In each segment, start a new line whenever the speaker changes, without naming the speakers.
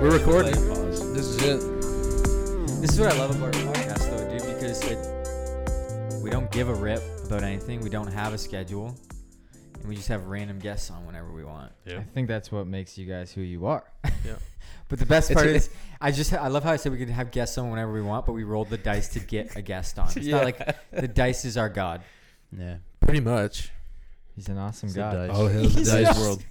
We're recording.
Pause.
This is it.
This is what I love about our podcast, though, dude, because it, we don't give a rip about anything. We don't have a schedule, and we just have random guests on whenever we want.
Yeah.
I think that's what makes you guys who you are.
But the best
It's
part
a-
is, I just I love how I said we could have guests on whenever we want, but we rolled the dice to get a guest on. It's
Yeah.
not like the dice is our god.
Yeah.
Pretty much.
He's an awesome
It's the
guy.
dice.
Oh hell the
He's
dice
just-
world.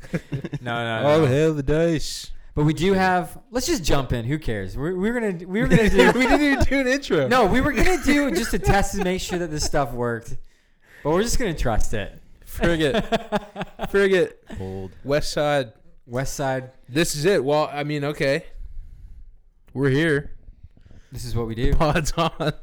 No, no, no.
Oh
no.
hell the dice.
But we do have. Let's just jump in. Who cares? We're, we're gonna we were gonna do.
we didn't even do an intro.
no, we were gonna do just a test to make sure that this stuff worked. But we're just gonna trust it.
Frig it. Frig it.
Bold.
West Side.
West Side.
This is it. Well, I mean, okay. We're here.
This is what we do.
Pods on.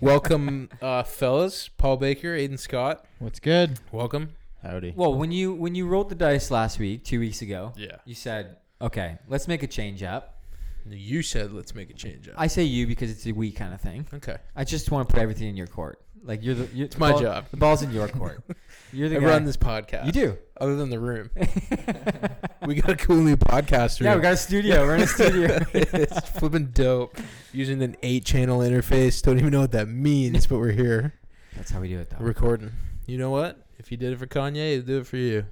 Welcome, uh, fellas. Paul Baker, Aiden Scott.
What's good?
Welcome.
Howdy.
Well, when you when you rolled the dice last week, two weeks ago,
Yeah.
you said, "Okay, let's make a change up."
You said let's make a change up.
I say you because it's a we kind of thing.
okay.
I just want to put everything in your court. Like you're the you're,
It's my job.
The ball's in your court. You're the
I
guy.
run this podcast.
you do.
Other than the room. we got a cool new podcast room.
Yeah, we got a studio. We're in a studio.
it's flipping dope. Using an eight channel interface. Don't even know what that means, but we're here.
That's how we do it, though.
We're recording. You know what? If you did it for Kanye, he'll do it for you.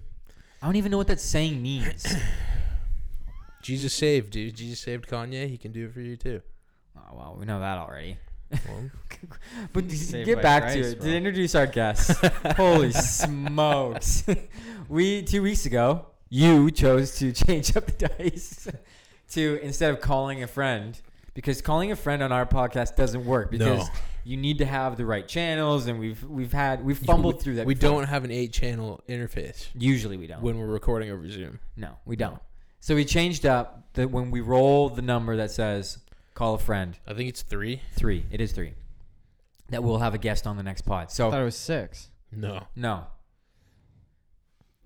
I don't even know what that saying means.
Jesus saved, dude. Jesus saved Kanye. He can do it for you too.
oh well, we know that already.
Well,
But d-
Saved
get
by
back to
Christ,
it.
bro.
To introduce our guests. Holy smokes. we two weeks ago, you chose to change up the dice to instead of calling a friend. Because calling a friend on our podcast doesn't work because
No.
you need to have the right channels and we've we've had we've fumbled through that.
we
before.
don't have an eight channel interface
usually we don't.
when we're recording over Zoom.
No, we don't. So we changed up that when we roll the number that says call a friend,
I think it's three.
three. It is three. That we'll have a guest on the next pod.
I
Uh,
thought
So
it was six.
No.
no,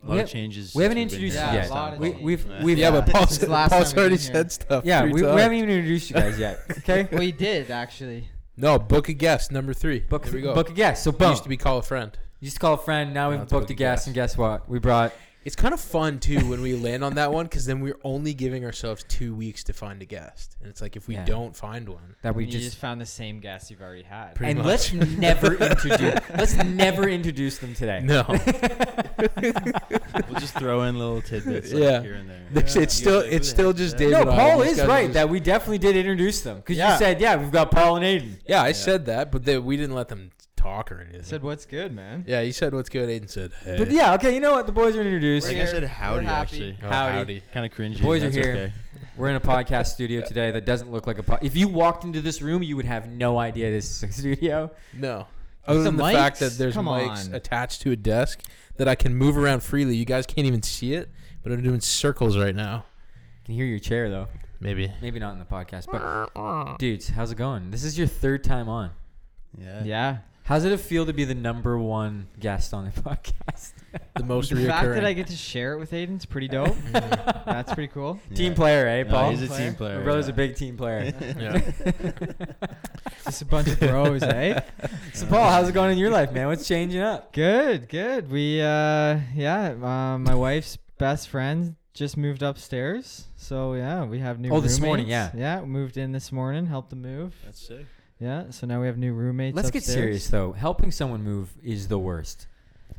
A
we
lot
have-
of changes.
we haven't
since we've been
introduced
here
you
last
yet. Yeah, a lot
time.
of
We,
changes.
we've
Yeah.
we've
Yeah, but Paul
This is
said,
the last
Paul's
time we've
already
been here.
said stuff.
yeah
three
we, we
times.
haven't even introduced you guys yet. Okay,
We did actually.
No, book a guest number three.
book
there we go.
book a guest. So
It
boom,
used to be call a friend.
you just call a friend. Now we've
Now it's
booked a guest, and guess what? We brought
It's kind of fun too when we land on that one because then we're only giving ourselves two weeks to find a guest, and it's like if we
Yeah.
don't find one,
that we
you just,
just.
found the same guest you've already had.
Pretty
And
much.
let's never introduce. let's never introduce them today.
no.
we'll just throw in little tidbits like,
Yeah.
here and there.
It's- it's
You
still-
guys- who
it's
the
still
heck
just
that?
David
No,
and I,
Paul
these
is
guys are
right
just-
that we definitely did introduce them because you
Yeah.
said, "Yeah, we've got Paul and Aiden."
Yeah, I
Yeah.
said that, but they, we didn't let them talk or anything.
Said what's good, man?
yeah, you said what's good. Aiden said, "Hey,
But yeah, okay, you know what? The boys are
I
introduced.
think I said howdy actually.
oh,
howdy.
Kind of cringy.
Boys are
that's
here.
okay.
We're in a podcast studio today that doesn't look like a pod. If you walked into this room, you would have no idea this is a studio.
No, other than the
the
fact
mics?
that there's
Come
mics
on.
attached to a desk that I can move around freely. You guys can't even see it, but I'm doing circles right now.
can hear your chair though.
Maybe
Maybe not in the podcast, but dudes, how's it going? This is your third time on.
Yeah.
Yeah.
How's it feel to be the number one guest on the podcast?
the most
the fact that I
reoccurring.
get to share it with Aiden's pretty dope. That's pretty cool.
Team
Yeah.
player, eh,
No,
Paul?
he's a team player,
My brother's
yeah.
a big team player.
Yeah.
Just a bunch of bros, eh?
so, Paul, how's it going in your life, man? What's changing up?
Good, good. We uh yeah, uh, my wife's best friend just moved upstairs. So yeah, we have new
Oh, this morning,
roommates.
yeah.
Yeah, moved in this morning, helped them move.
That's sick.
Yeah, so now we have new roommates.
Let's get
upstairs.
serious though. Helping someone move is the worst.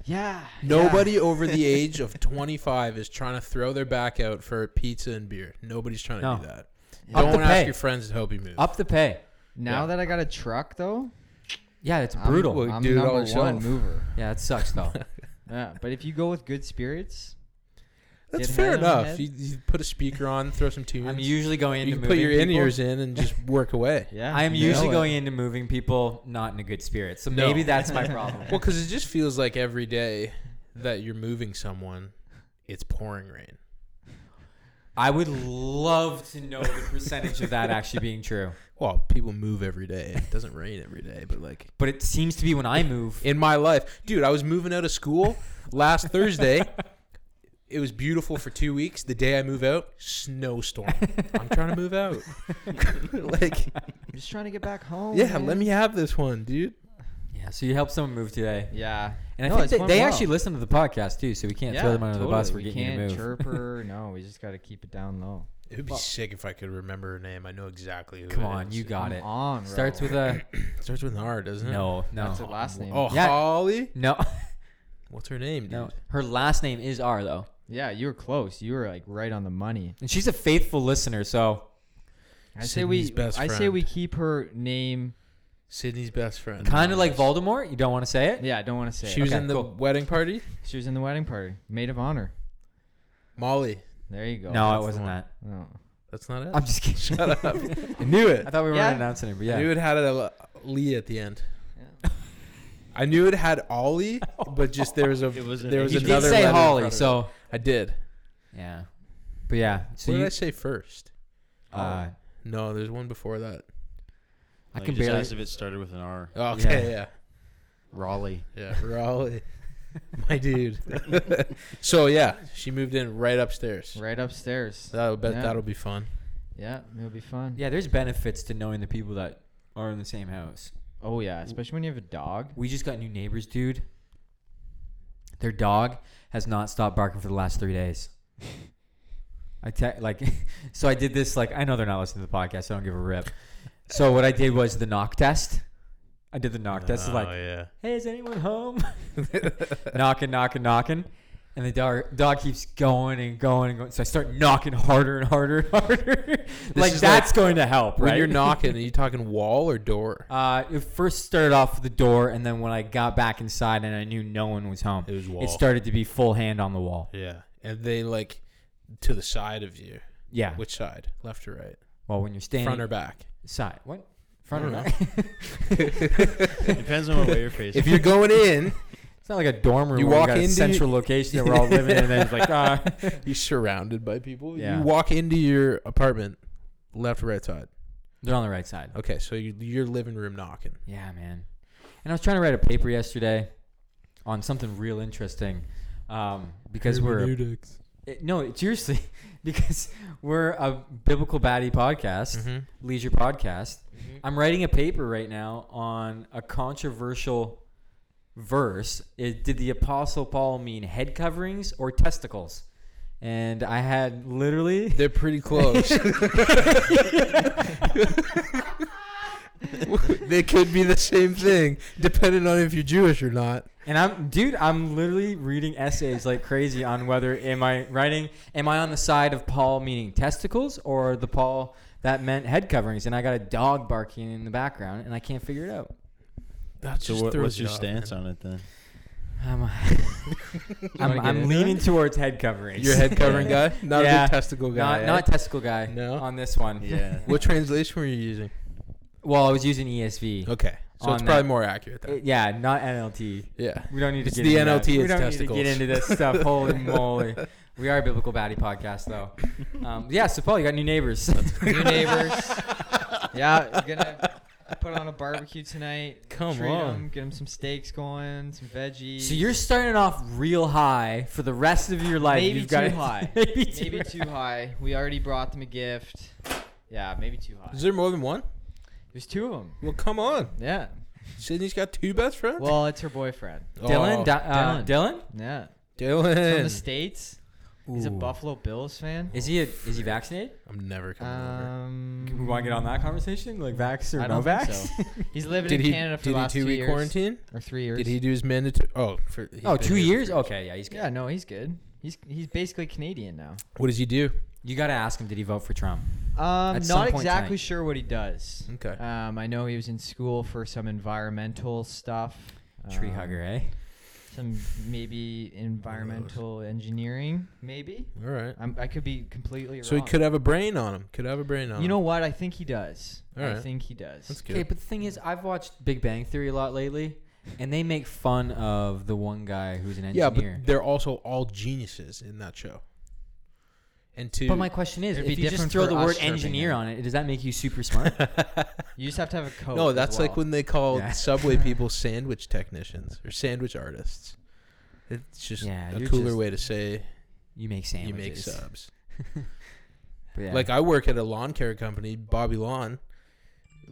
Yeah.
Nobody over the age of 25 is trying to throw their back out for pizza and beer. Nobody's trying to
No.
do that.
Up
Don't
the
ask
pay.
your friends to help you move.
Up the pay.
Now
Yeah.
that I got a truck, though,
Yeah, it's
I'm-
brutal.
Well,
I'm
do it all
number
yourself.
one mover.
yeah, it sucks though.
Yeah, but if you go with good spirits,
That's
Get
fair
head on
enough.
head.
You, you put a speaker on, throw some tunes.
I'm usually going into
you can
moving
put your in
people.
ears in and just work away.
yeah,
I am
you
usually
know it.
going into moving people not in a good spirit. So
No.
maybe that's my problem.
Well, because it just feels like every day that you're moving someone, it's pouring rain.
I would love to know the percentage of that actually being true.
Well, people move every day. It doesn't rain every day, but like
But it seems to be when I move.
in my life, dude, I was moving out of school last Thursday. It was beautiful for two weeks. The day I move out, snowstorm. I'm trying to move out. like,
I'm just trying to get back home.
yeah,
man.
let me have this one, dude.
Yeah, so you helped someone move today.
Yeah,
And I
No,
think
it's
they,
went
they
well.
actually listen to the podcast too, so we can't
yeah,
throw them under
totally.
the bus. We're
We
getting you
can't
to move.
chirp her. No, we just got to keep it down low.
It would be
Well-
sick if I could remember her name. I know exactly who.
Come
it
on,
is.
you got
Come
it.
On, bro.
Starts with a
It starts with an R, doesn't it?
no, no,
That's her last name.
Oh,
Yeah.
Holly.
no,
What's her name? Dude?
no. Her last name is R though,
Yeah, you were close. You were like right on the money.
and she's a faithful listener. So
I say we.
Sydney's best
I say
friend.
we keep her name.
Sydney's best friend.
kind of like Voldemort. You don't want to say it.
Yeah, I don't want to say.
She
it.
was
Okay,
in the
cool.
wedding party.
She was in the wedding party, maid of honor.
Molly.
There you go.
no, it
the
wasn't
one.
that.
Oh.
That's not it.
I'm just kidding.
Shut up. I knew it.
I thought we were
Yeah.
announcing it, but
I
yeah.
knew it had a l- Lee at the end. I knew it had Ollie, but just there was a
It was an
there
H.
was
you
You
did
another
say
letter in front
Holly,
of it.
so
I did.
yeah, but yeah. So
what
you,
did I say first? Oh.
uh,
No, there's one before that.
I
Like,
can
Oh, just
barely.
asked if it started with an R.
Okay, yeah,
Raleigh.
yeah, Raleigh, my dude. so yeah, she moved in right upstairs.
Right upstairs.
That'll bet
Yeah.
that'll be fun.
Yeah, it'll be fun.
Yeah, there's benefits to knowing the people that are in the same house.
Oh yeah, especially when you have a dog.
We just got new neighbors, dude. Their dog has not stopped barking for the last three days. I te- like, so I did this. Like, I know they're not listening to the podcast. so I don't give a rip. So what I did was the knock test. I did the knock test. Like,
yeah,
hey, is anyone home? knocking, knocking, knocking. And the dog, dog keeps going and going and going. So I start knocking harder and harder and harder.
is like
like, that's going to help,
when
right?
you're knocking, are you talking wall or door?
Uh, it first started off with the door, and then when I got back inside and I knew no one was home,
It was wall.
it started to be full hand on the wall.
yeah, and they like to the side of you.
Yeah.
Which side? Left or right?
Well, when you're standing
Front or back?
side, what front
I
or
don't
back?
Depends on what way you're facing.
If you're going in,
It's not like a dorm room.
You
where we
walk
got a
into-
central location that we're all living in, and then it's like, ah,
you're surrounded by people.
Yeah.
You walk into your apartment, left or right side.
they're on the right side.
Okay, so you, your living room knocking.
Yeah, man. And I was trying to write a paper yesterday on something real interesting, um, because we're it- no, it, seriously, because we're a biblical baddie podcast,
Mm-hmm.
leisure podcast. I'm writing a paper right now on a controversial verse. It, did the Apostle Paul mean head coverings or testicles? And I had literally.
They're pretty close. they could be the same thing, depending on if you're Jewish or not.
And I'm, dude, I'm literally reading essays like crazy on whether am I writing, am I on the side of Paul meaning testicles or the Paul that meant head coverings? And I got a dog barking in the background, and I can't figure it out.
That's
so what, what's your stance on it then?
I'm,
wanna
I'm,
get
I'm
into
leaning towards head coverings.
Your head covering guy, not a
Yeah.
big testicle guy.
not,
eh?
not testicle guy.
No?
on this one.
Yeah.
what translation were you using?
Well, I was using ESV.
Okay, so
On
it's
that.
probably more accurate. Then.
Uh, yeah, not NLT.
yeah.
We don't need to
It's
get
the
into that.
NLT,
We
it's
don't
testicles.
need to get into this stuff. Holy moly. We are a biblical baddie podcast, though. Um, yeah, so Paul, you got new neighbors.
New neighbors. yeah, we're gonna put on a barbecue tonight.
Come
treat
on.
'em, get them some steaks going, some veggies.
So you're starting off real high for the rest of your life.
Maybe
You've got
too
to-
high.
maybe too
maybe too high. We already brought them a gift. Yeah, maybe too high.
Is there more than one?
There's two of them.
Well, come on.
Yeah.
Sydney's got two best friends.
Well, it's her boyfriend.
Dylan,
Oh,
Di- uh, Dylan,
Yeah. From the
Dylan.
states. He's a
Ooh.
Buffalo Bills fan.
Is he a, is he vaccinated?
I'm never coming
Uh,
over.
Um,
we want to get on that conversation, like vax or
I
no
don't think
vax?
He's living
Did
in
he
Canada for
did
the
he
last
two
two
week
years
quarantine?
or three years.
Did he do his mandatory? Oh, for, he's
oh,
been
two
here for
years. Okay, yeah, he's good.
Yeah, no, he's good. He's he's basically Canadian now.
What does he do?
You got to ask him. Did he vote for Trump?
Um,
At some
not
point
exactly
tonight.
sure what he does.
Okay.
Um, I know he was in school for some environmental stuff.
Tree
um,
hugger, eh?
Some maybe environmental engineering, maybe.
All right.
I'm, I could be completely
So he
wrong.
could have a brain on him. Could have a brain on him.
You know what? I think he does.
All
I
right.
think he does.
that's good.
Okay, but the thing is, I've watched Big Bang Theory a lot lately, and they make fun of the one guy who's an
yeah,
engineer.
but they're also all geniuses in that show. And two.
But my question is,
It'd be
if you just
different
throw
for
the
us
word
chirping
engineer
in.
on it, does that make you super smart?
You just have to have a coat.
no,
Oh, as
that's like
well.
when they called
Yeah.
subway people sandwich technicians or sandwich artists. It's just
Yeah,
a
you're
cooler
just
way to say
you make sandwiches.
you make subs.
But yeah.
Like I work at a lawn care company, Bobby Lawn.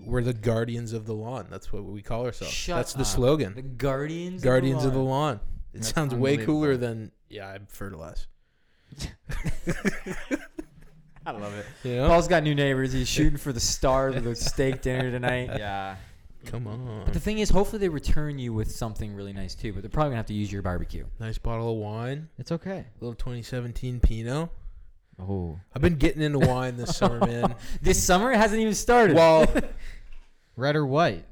We're the guardians of the lawn. That's what we call ourselves.
Shut
That's the
up.
slogan.
the Guardians.
guardians
of the Lawn.
lawn. It
That's
sounds way cooler
unbelievable.
than yeah, I fertilize.
I love it.
You know?
Paul's got new neighbors. He's shooting for the stars with a steak dinner tonight.
yeah.
Come on.
But the thing is, hopefully they return you with something really nice too. But they're probably gonna have to use your barbecue.
Nice bottle of wine.
It's okay.
Little 2017 Pinot.
Oh,
I've been getting into wine this summer, man.
this summer it hasn't even started.
Well,
Red or white?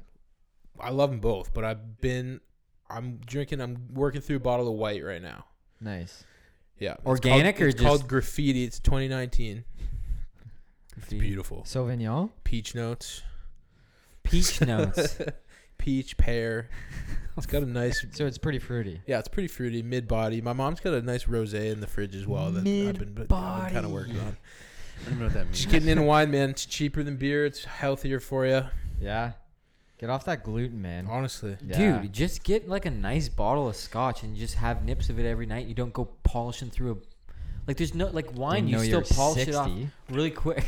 I love them both, but I've been, I'm drinking, I'm working through a bottle of white right now.
Nice.
Yeah. It's
Organic
called,
or
it's
just-
called graffiti? It's 2019.
it's
Beautiful.
Sauvignon?
Peach notes.
Peach notes.
Peach pear. It's got a nice.
So it's pretty fruity.
Yeah, it's pretty fruity, mid body. My mom's got a nice rosé in the fridge as well that I've been, kind
Mid-body.
of working on.
I don't know what that means.
Just getting into wine, man. It's cheaper than beer. It's healthier for you.
Yeah. Get off that gluten, man.
Honestly,
Yeah.
Dude, just get like a nice bottle of scotch and just have nips of it every night. You don't go polishing through a like. There's no like wine.
Didn't
You
know
still
were
polish it off
60.
really quick.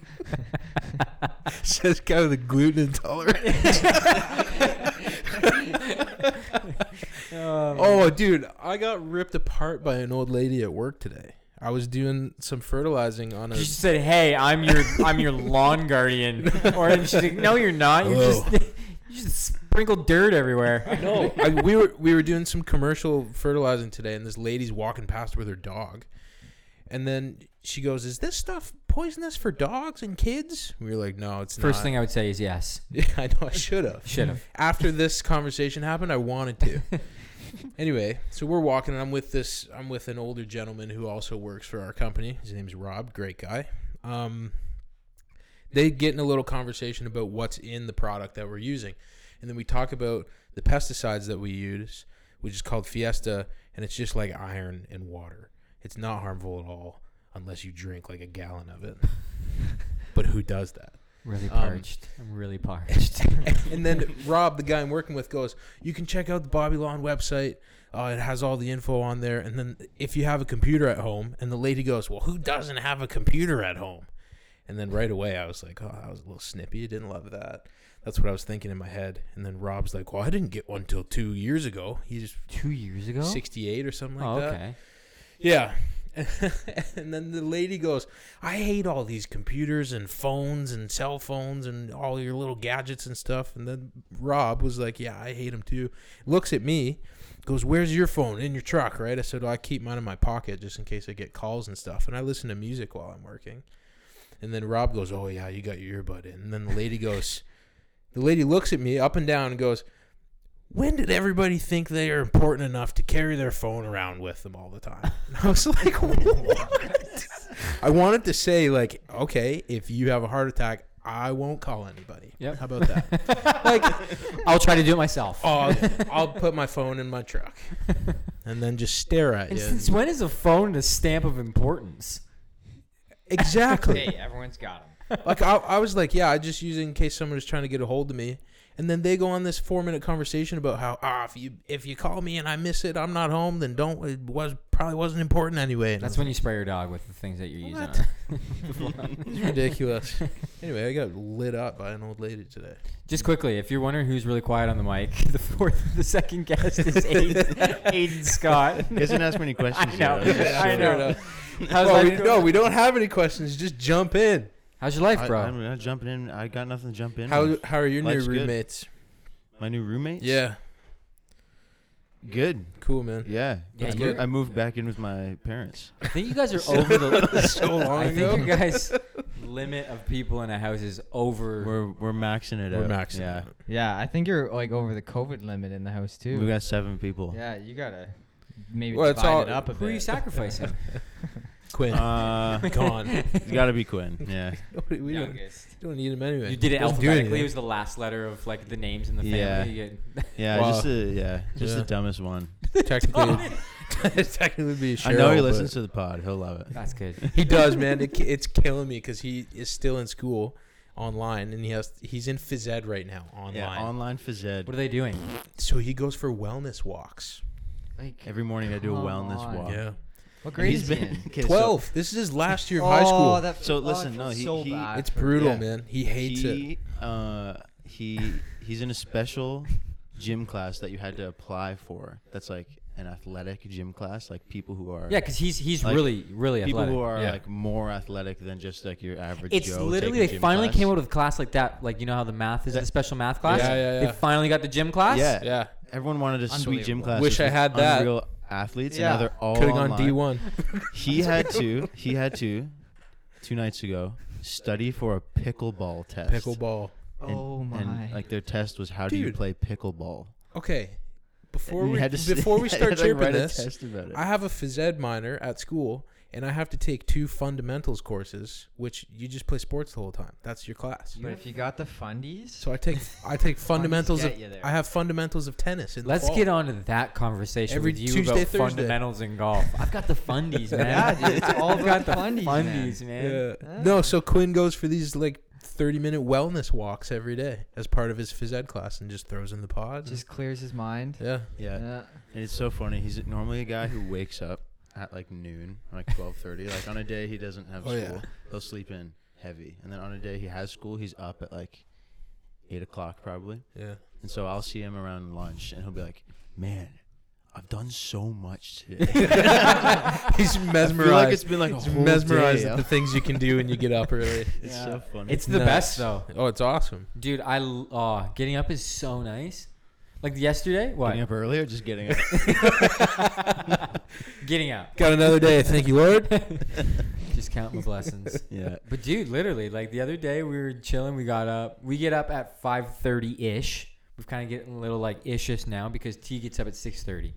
says guy with a gluten intolerance. Oh, dude, I got ripped apart by an old lady at work today. I was doing some fertilizing on a.
She said, "Hey, I'm your I'm your lawn guardian," or and she's like, "No, you're not. You
Hello.
just you just sprinkle dirt everywhere."
No, I, we were we were doing some commercial fertilizing today, and this lady's walking past with her dog, and then she goes, "Is this stuff poisonous for dogs and kids?" We were like, "No, it's
First
not."
thing I would say is yes.
Yeah, I know I should have.
Should have.
After this conversation happened, I wanted to. anyway, so we're walking, and I'm with this. I'm with an older gentleman who also works for our company. His name's Rob. Great guy. Um, they get in a little conversation about what's in the product that we're using, and then we talk about the pesticides that we use, which is called Fiesta, and it's just like iron and water. It's not harmful at all unless you drink like a gallon of it. but who does that?
Really
Um,
parched. I'm really parched.
and then Rob, the guy I'm working with, goes, "You can check out the Bobby Lawn website. Uh, it has all the info on there. And then if you have a computer at home, and the lady goes, "Well, who doesn't have a computer at home?" And then right away, I was like, "Oh, I was a little snippy. I didn't love that." That's what I was thinking in my head. And then Rob's like, "Well, I didn't get one till two years ago. He's
Two years ago.
68 or something like
oh,
that."
okay.
Yeah. and then the lady goes, I hate all these computers and phones and cell phones and all your little gadgets and stuff. And then Rob was like, Yeah, I hate them too. Looks at me, goes, Where's your phone? In your truck, right? I said, well, I keep mine in my pocket just in case I get calls and stuff. And I listen to music while I'm working. And then Rob goes, Oh, yeah, you got your earbud in. And then the lady goes, The lady looks at me up and down and goes, when did everybody think they are important enough to carry their phone around with them all the time? And I was like, what? I wanted to say, like, okay, if you have a heart attack, I won't call anybody.
Yep.
How about that?
like, I'll try to do it myself.
I'll, I'll put my phone in my truck and then just stare at
and
you.
since when is a phone a stamp of importance?
Exactly.
Hey, everyone's got them.
like I, I was like, yeah, I just use it in case someone is trying to get a hold of me. And then they go on this four minute conversation about how ah, if you if you call me and I miss it, I'm not home. Then don't it was probably wasn't important anyway. And
That's
I
when you spray your dog with the things that you're
What?
using.
was like, ridiculous. anyway, I got lit up by an old lady today.
Just quickly, if you're wondering who's really quiet on the mic, the fourth, the second guest is Aiden, Aiden Scott.
You guys didn't ask many questions.
I know.
yet.
I
Fair
know.
enough.
How's
Well,
life
we,
going?
no, we don't have any questions. Just jump in.
How's your life,
I,
bro?
I'm not jumping in. I got nothing to jump in.
How
with.
how are your
Life's
new
good.
roommates?
my new roommates?
Yeah,
Good.
cool man.
Yeah.
Yeah,
I,
you-
moved, I moved back in with my parents.
I think you guys are over the.
So long
I
ago.
think you guys limit of people in a house is over.
We're we're maxing it
We're
out.
maxing.
Yeah.
it.
Yeah, I think you're like over the COVID limit in the house too.
We got seven people.
yeah, you gotta maybe
Well, it's
divide
all-
it up a
Who are you
bit.
sacrificing?
Quinn
Uh,
gone.
it's got to be Quinn. Yeah.
we we don't,
Youngest.
don't need him anyway.
You did it
Doesn't do
alphabetically. it
anything.
was the last letter of like the names in the family.
Yeah.
You get-
Yeah.
Wow.
Just the yeah. Just
Yeah.
the dumbest one.
technically, technically would be. Cheryl,
I know he
but-
listens to the pod. He'll love it.
That's good.
He does, man. It, it's killing me because he is still in school online, and he has he's in phys ed right now online.
Yeah. Online phys ed.
What are they doing?
so he goes for wellness walks.
Like,
Every morning I do a
Come
wellness
on.
walk.
Yeah,
what grade
He's
is he
been
in?
okay, so
twelve. this is his last year of high school.
Oh, that,
So
oh, I
listen,
feel
no, he-
so
he-
bad
it's
for-
brutal,
yeah.
man. He hates it.
he, Uh, he he's in a special gym class that you had to apply for. That's like an athletic gym class, like people who are
Yeah, because he's he's
Like,
really really
people
athletic.
who are
Yeah.
like more athletic than just like your average.
it's
Joe
literally
taking
they
gym
finally
class.
came up with a class like that. Like you know how the math is
Yeah.
the special math class.
Yeah, yeah, yeah.
They finally got the gym class.
Yeah,
Yeah.
everyone wanted a sweet gym
Unbelievable.
class.
Wish I had that.
Real athletes,
Yeah.
and now they're all
Could have gone
online.
D1.
He had to. He had to. Two nights ago, study for a pickleball test.
Pickleball.
And-
oh my.
And like their test was how do you
Dude.
play pickleball?
Okay. Before
And you
we
had to sit-
before we
had to,
start
like,
chirping
write a
this,
test about it.
I have a phys ed minor at school, and I have to take two fundamentals courses, which you just play sports the whole time. That's your class.
but if you got the fundies,
So I take I take fundamentals of
get you there.
I have fundamentals of tennis. In the
Let's
fall.
get on to that conversation
Every
with you
Tuesday,
about
Thursday.
fundamentals in golf. I've got the fundies, man.
yeah, dude, it's all
I've
about
got
the
the
fundies, man.
fundies, man.
Yeah.
Ah.
No, so Quinn goes for these like thirty minute wellness walks every day as part of his phys ed class, and just throws in the pods.
Just clears his mind.
yeah.
yeah.
Yeah.
And it's so funny. He's normally a guy who wakes up at like noon, like twelve thirty. like on a day he doesn't have
Oh,
school,
yeah.
he'll sleep in heavy. And then on a day he has school, he's up at like eight o'clock probably.
Yeah.
And so I'll see him around lunch, and he'll be like, "Man, I've done so much today."
He's
I feel
mesmerized.
like it's been like a
He's
whole
mesmerized
day.
at the things you can do when you get up early.
It's
Yeah.
so funny.
It's the
Nuts.
best though,
Oh, it's awesome.
dude. I l- oh, getting up is so nice. Like yesterday, what?
getting up early or just getting up.
Getting out.
Got another day. Thank you, Lord.
Just count my blessings.
yeah.
But dude, literally, like the other day we were chilling. We got up. We get up at five thirty ish. We've kind of getting a little like ishish now because T gets up at six thirty,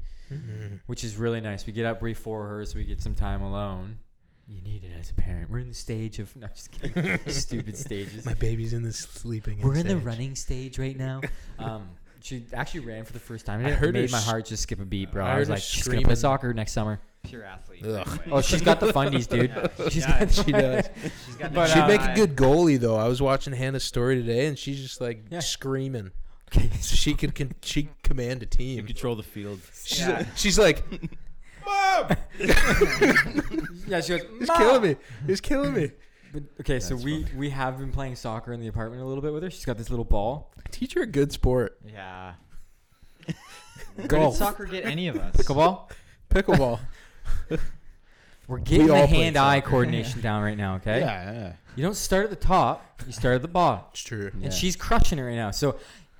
which is really nice. We get up before her, so we get some time alone. You need it as a parent. We're in the stage of not just kidding. stupid stages.
My baby's in the sleeping.
We're in the
stage.
running stage right now. Um, she actually ran for the first time. and
I
It
heard her
made my
s-
heart just skip a beat, bro.
I
I,
heard
was
her
like, she's gonna play
screaming.
soccer next summer.
Pure athlete.
Ugh.
anyway.
Oh, she's got the fundies, dude.
Yeah,
She's
yeah,
got.
She does.
she's got
But,
the
She'd
uh,
make a good goalie though. I was watching Hannah's story today, and she's just like
Yeah.
screaming.
Okay,
So she could con- she command a
You
team.
control the field.
She's,
Yeah.
she's like, mom,
yeah, she goes.
it's
"Mom!"
killing me. It's killing me.
But, okay, so
That's
we we have been playing soccer in the apartment a little bit with her. She's got this little ball.
Teach her a good sport.
Yeah.
Where
Golf.
did soccer get any of us?
Pickleball.
Pickleball.
We're getting the
all play
hand-eye coordination down right now. Okay.
Yeah, yeah.
You don't start at the top. You start at the bottom.
It's true.
Yeah.
and she's crushing it right now. So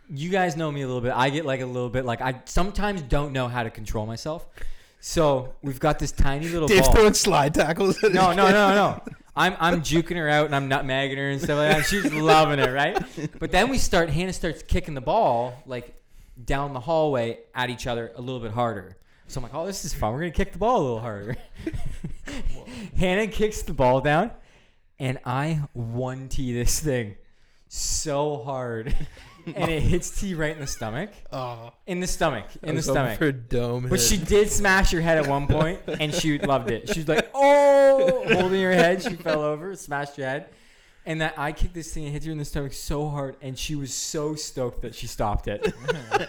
you guys know me a little bit. I get like a little bit like I sometimes don't know how to control myself. So we've got this tiny little
Dave
ball.
throwing slide tackles. At
No,
his
no,
kid.
no, no. I'm I'm juking her out and I'm nutmegging her and stuff like that. She's loving it, right? But then we start. Hannah starts kicking the ball like down the hallway at each other a little bit harder. So I'm like, oh, this is fun. We're gonna kick the ball a little harder. Hannah kicks the ball down, and I one t this thing so hard, and it hits T right in the stomach.
Oh,
In the stomach.
I
In the
was hoping
stomach.
For a dome.
But
hit.
she did smash her head at one point, and she loved it. She was like, "Oh!" Holding her head, she fell over, smashed her head, and that I kicked this thing and hit her in the stomach so hard, and she was so stoked that she stopped it.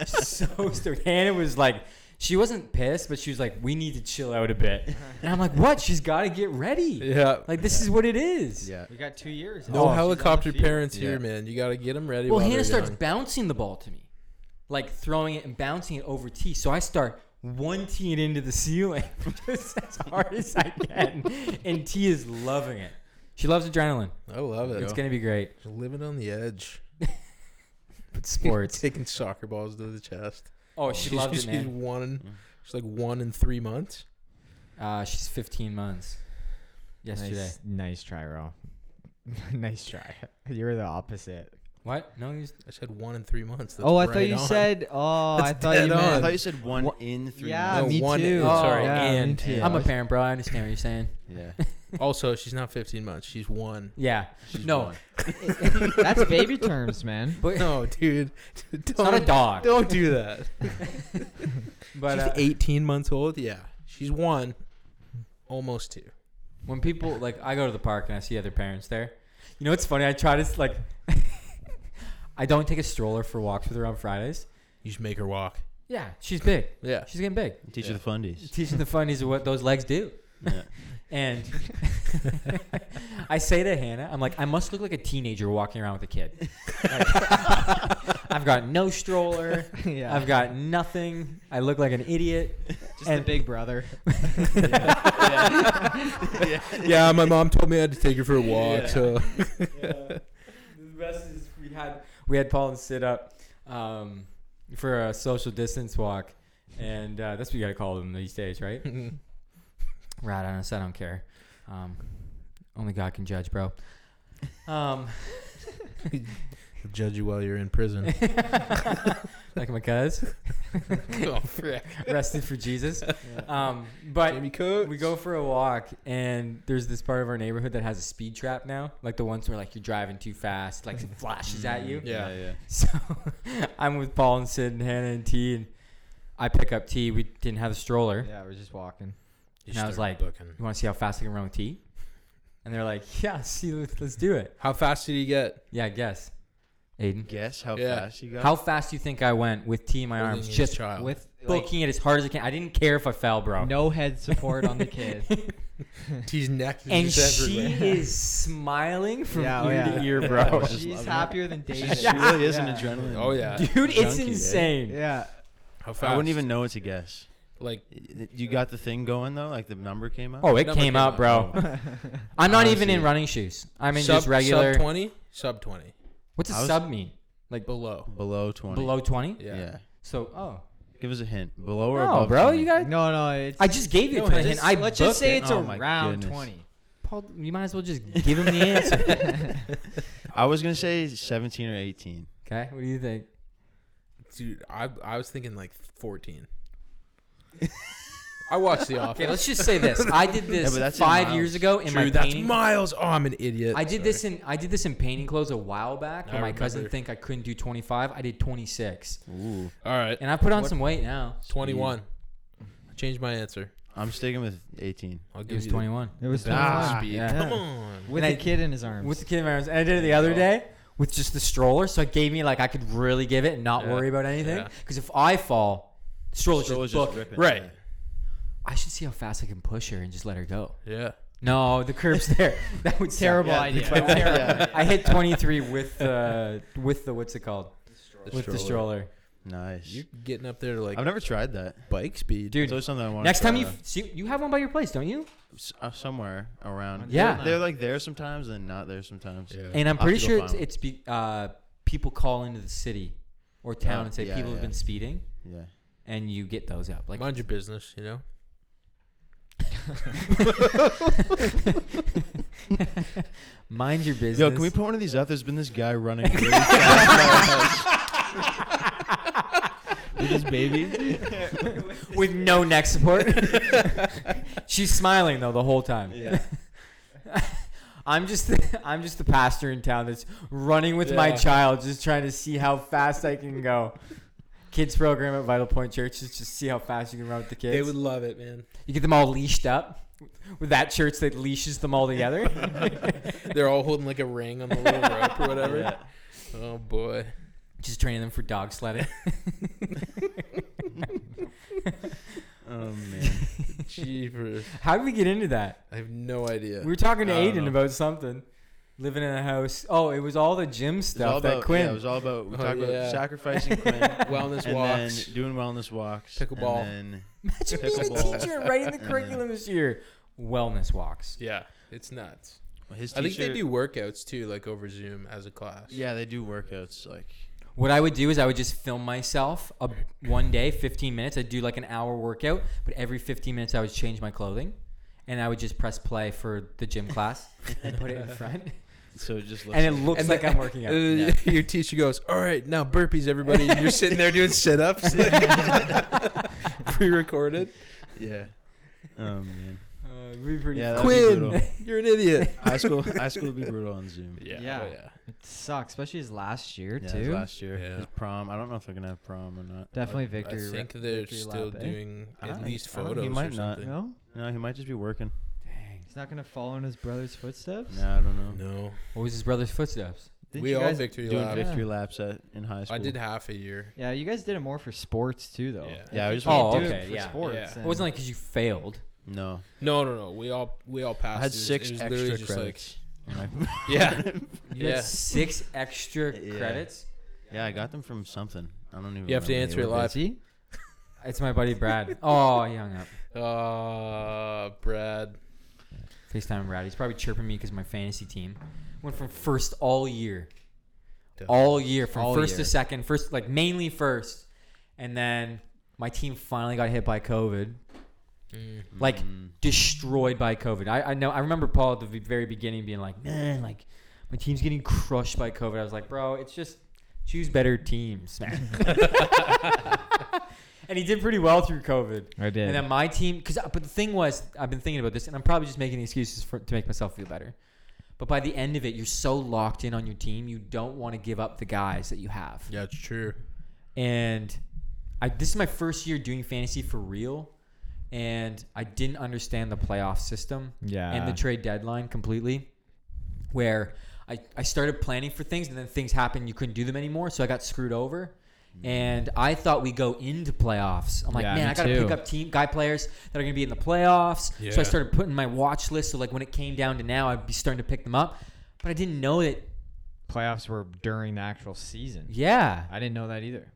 so stoked. Hannah was like, she wasn't pissed, but she was like, "We need to chill out a bit." And I'm like, "What? She's got to get ready.
Yeah.
Like this is what it is."
Yeah.
We got two years.
No
Oh, she's on the
helicopter parents
Yeah.
here, man. You got to get them ready.
Well,
while
Hannah
they're
starts
young.
bouncing the ball to me, like throwing it and bouncing it over T. So I start one T it into the ceiling just as hard as I can, and T is loving it. She loves adrenaline.
I love it.
It's gonna be great.
Living on the edge.
But sports.
Taking soccer balls to the chest.
Oh, she
she's,
loves
she's
it, man. Mm.
one. in- She's like one in three months.
Uh, she's 15 months. Yesterday.
Nice, nice try, Ro. nice try. You were the opposite.
What? No, he's
I said one in three months. That's
oh, I thought
right
you
on.
said. Oh, I
That's
thought you
dead on.
I
meant.
thought you said one
What-
in three.
yeah,
No,
months.
me
one-
too.
oh,
sorry,
yeah, me
and
too.
I'm a parent, bro. I understand what you're saying.
Yeah.
Also, she's not 15 months. She's one.
Yeah,
She's
No.
one.
That's baby terms, man.
but
No, dude.
it's not a
Don't,
dog.
don't do that.
But
she's
uh,
18 months old. Yeah. She's one, almost two.
When people like, I go to the park and I see other parents there. You know, it's funny. I try to s- like, I don't take a stroller for walks with her on Fridays.
You should make her walk.
Yeah, she's big.
Yeah.
She's getting big.
Teach
Yeah.
her the fundies.
Teaching the funnies of what those legs do.
Yeah.
And I say to Hannah, I'm like, I must look like a teenager walking around with a kid. Like, I've got no stroller.
yeah.
I've got nothing. I look like an idiot.
just a
and-
big brother.
yeah, my mom told me I had to take her for a walk.
Yeah.
So
the best is we had we had Paul and Sid up um, for a social distance walk, and uh, that's what you gotta call them these days, right? Right, honestly, I don't care. Um, only God can judge, bro. Um,
They'll judge you while you're in prison.
like my cuz, Oh, rested for Jesus. Um, but
Jamie Cook.
we go for a walk, and there's this part of our neighborhood that has a speed trap now, like the ones where like you're driving too fast, like it flashes at you.
Yeah.
yeah.
So I'm with Paul and Sid and Hannah and T, and I pick up T. We didn't have a stroller.
Yeah, we're just walking.
and I was like- You want to see how fast I can run with T? And they're like, Yeah, see, let's, let's do it.
how fast did you get?
Yeah, guess, Aiden.
Guess how
Yeah.
fast you got.
How fast do you think I went with T in my arms, just
child.
With like,
booking it as hard as I can? I didn't care if I fell, bro.
no head support on the kid.
T's neck is
And
just
she
everywhere.
is smiling from
Yeah, oh
ear
yeah.
to ear, bro.
I just
She's
love that.
happier than
She
David.
really is
Yeah.
an adrenaline.
Oh yeah.
Dude, it's
Junkie, eh?
insane.
Yeah.
How fast?
I wouldn't even know what to guess.
like
You got the thing going though, like the number came up.
Oh, it
Number
came
came
out,
up.
bro. I'm not even in
Honestly.
running shoes. I'm in
sub,
just regular.
sub twenty, sub twenty,
What's a
I was-
sub mean?
below.
below twenty.
Oh. Below 20?
Yeah.
So, oh.
Give us a hint. Below or
No,
above?
bro,
20?
you got
No, no. It's,
I just gave you
No,
a 20
just-
hint. I
let's just say
booked
it's
Oh my
around
goodness.
twenty.
it. Paul, you might as well just give him the answer.
I was gonna say seventeen or eighteen.
okay, what do you think?
Dude, I I was thinking like fourteen. I watched The Office.
Okay, let's just say this. I did
Yeah,
this
but that's in
five
miles.
years ago in
True,
my
that's
painting.
miles. Oh, I'm an idiot.
I did this in I did this in painting clothes a while back.
I
When my cousin
remember.
think I couldn't do 25, I did 26,
Ooh,
All right,
and I put on
What-
some weight now.
twenty-one. I changed my answer.
I'm sticking with eighteen.
I'll
It
give
was
you the
21
It was
Ah,
21.
speed.
yeah.
Come
Yeah.
on.
With
And
a
I-
kid in his arms.
with the kid in my arms. And I did it the other day with just the stroller, so it gave me like I could really give it and not
Yeah,
worry about anything.
yeah.
Because if I fall, the stroller
Stroller
just, book.
ripping.
Right.
I should see how fast I can push her and just let her go.
Yeah.
No, the curb's there. That would suck.
Terrible
Yeah,
idea.
but-
Terrible
yeah.
idea.
I hit 23 with the with the what's it called with the stroller,
Nice.
You're getting up there to like
I've never tried that.
bike speed.
It's
dude.
always something I want.
Next
try
time you
though.
f- see, you have one by your place, don't you?
S- uh, somewhere around.
Yeah.
They're, they're, like there sometimes and not there sometimes.
Yeah.
And I'm
I'll have
pretty
to go
sure
find
it's,
one.
it's be, uh, people call into the city or town
Yeah,
and say
yeah,
people have
yeah.
been speeding,
Yeah.
and you get those up. Like
Mind your business, you know.
mind your business.
Yo, can we put one of these up? There's been this guy running really fast. With his baby.
with no neck support. She's smiling though the whole time.
Yeah.
I'm just I'm just the pastor in town that's running with my
Yeah.
child, just trying to see how fast I can go. Kids program at Vital Point Church is just see how fast you can run with the kids.
love it, man.
you get them all leashed up with that church that leashes them all together.
They're all holding like a ring on the little rope or whatever. Oh boy.
just training them for dog sledding.
Oh man.
Jeepers.
How did we get into that?
I have no idea.
We were talking to
I don't
Aiden
know.
about something. Living in a house. Oh, it was all the gym
It was all
stuff that
about
Quinn.
Yeah, it was all about we
Oh,
talked
yeah.
about sacrificing Quinn
Wellness
and
walks.
then doing wellness walks.
Pickleball.
And then
Imagine being a
Pickleball.
teacher and writing the curriculum this year. Wellness walks.
yeah, it's nuts.
well, his
I think they
teacher-
do workouts too, like over Zoom as a class.
Yeah, they do workouts like
What I would do is I would just film myself a, one day, 15 minutes. I'd do like an hour workout, but every 15 minutes I would change my clothing and I would just press play for the gym class and put it in front.
so it just looks
and it looks
And
like
the-
I'm working out.
Uh, Your teacher goes, "All right, now burpees, everybody." And you're sitting there doing sit-ups, pre-recorded.
yeah. Oh man.
Uh, it'd be pretty
Yeah, that'd be
Quinn,
brutal.
you're an idiot.
High school high school would be brutal on Zoom.
Yeah,
Yeah.
oh, yeah.
It sucks, especially his last year
Yeah, it was
too.
last year.
Yeah.
It was prom. I don't know if they're gonna have prom or not.
Definitely
I
victory.
think they're
victory lap,
still
eh?
doing
I
at
don't-
least
I don't- he
photos
might
or
not.
something.
no,
No, he might just be working.
Dang.
he's not gonna follow in his brother's footsteps.
No, I don't know.
No,
What was his brother's footsteps?
Didn't
we
you
all
guys-
victory
Doing
lap.
vic-
victory laps at in high school.
I did half a year.
Yeah, you guys did it more for sports too, though.
Yeah.
Yeah, I just
Oh,
You do it
okay,
for
yeah.
sports.
Yeah.
It
and-
wasn't like because you failed.
no.
No, no, no. We all we all passed.
I had
It was-
six
it was literally
extra
just like-
credits.
yeah,
You
Yeah.
had six extra
Yeah.
credits.
Yeah, I got them from something. I don't even.
You have to
remember
answer it
what
live.
See?
It's my buddy Brad. oh, he hung up.
Uh, Brad.
FaceTime Brad. He's probably chirping me because my fantasy team went from first all year,
Duh.
all year from
All
first
year.
to second, first like mainly first, and then my team finally got hit by COVID,
Mm.
like destroyed by COVID. I, I know. I remember Paul at the v- very beginning being like, man, like my team's getting crushed by COVID. I was like, bro, it's just choose better teams, man. and he did pretty well through COVID.
I did.
And then my team, because but the thing was, I've been thinking about this, and I'm probably just making excuses for to make myself feel better. But by the end of it, you're so locked in on your team, you don't want to give up the guys that you have.
Yeah, it's true.
And I, this is my first year doing fantasy for real, and I didn't understand the playoff system
yeah.
and the trade deadline completely, where I, I started planning for things and then things happened. You couldn't do them anymore. So I got screwed over. And I thought we go into playoffs. I'm like,
Yeah,
man,
me
I got to
too.
pick up team guy players that are going to be in the playoffs. So
Yeah.
I started putting my watch list. So like when it came down to now, I'd be starting to pick them up. But I didn't know that.
playoffs were during the actual season.
Yeah.
I didn't know that either.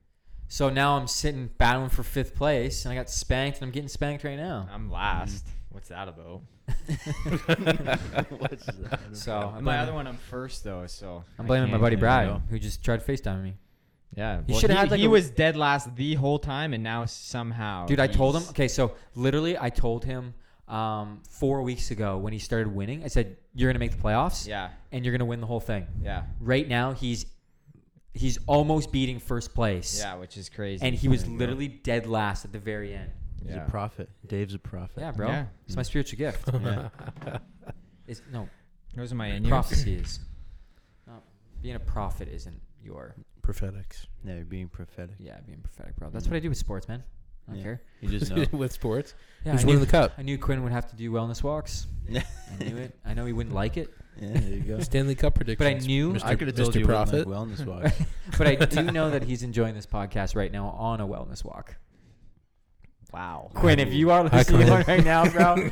So now I'm sitting battling for fifth place, and I got spanked, and I'm getting spanked right now.
I'm last.
Mm-hmm.
What's that about?
Mm. What's that?
So I'm
my
blaming,
other one, I'm first though. So
I'm
I
blaming my
can't
buddy
even
Brad,
know.
who just tried FaceTiming me.
Yeah,
He
well,
should've
he,
had, like,
he
a-
was dead last the whole time, and now somehow.
Dude, I told him.
he's-
Okay, so literally, I told him um, four weeks ago when he started winning. I said, "You're gonna make the playoffs,
Yeah,
and you're gonna win the whole thing."
yeah,
Right now, he's he's almost beating first place,
yeah, which is crazy.
and he was
There you go.
literally dead last at the very end.
He's
yeah.
a prophet. Dave's a prophet.
Yeah, bro,
Yeah.
it's my spiritual gift.
Yeah.
It's, no,
Those are my in
prophecy is. No, being a prophet isn't your
Prophetics.
Yeah, you're being prophetic.
yeah being prophetic, bro. That's what I do with sports, man. I don't
Yeah.
care.
You just know.
With sports.
Yeah,
Who's
I, knew,
winning the cup?
I knew Quinn would have to do wellness walks. I knew it. I know he wouldn't like it.
yeah, there you go.
Stanley Cup prediction.
knew-
Mr.
I could have told
Mr.
you what my
Prophet.
wellness was.
but I do know that he's enjoying this podcast right now on a wellness walk.
Wow.
Quinn, if you are
Hi,
listening
Quinn.
right now, bro,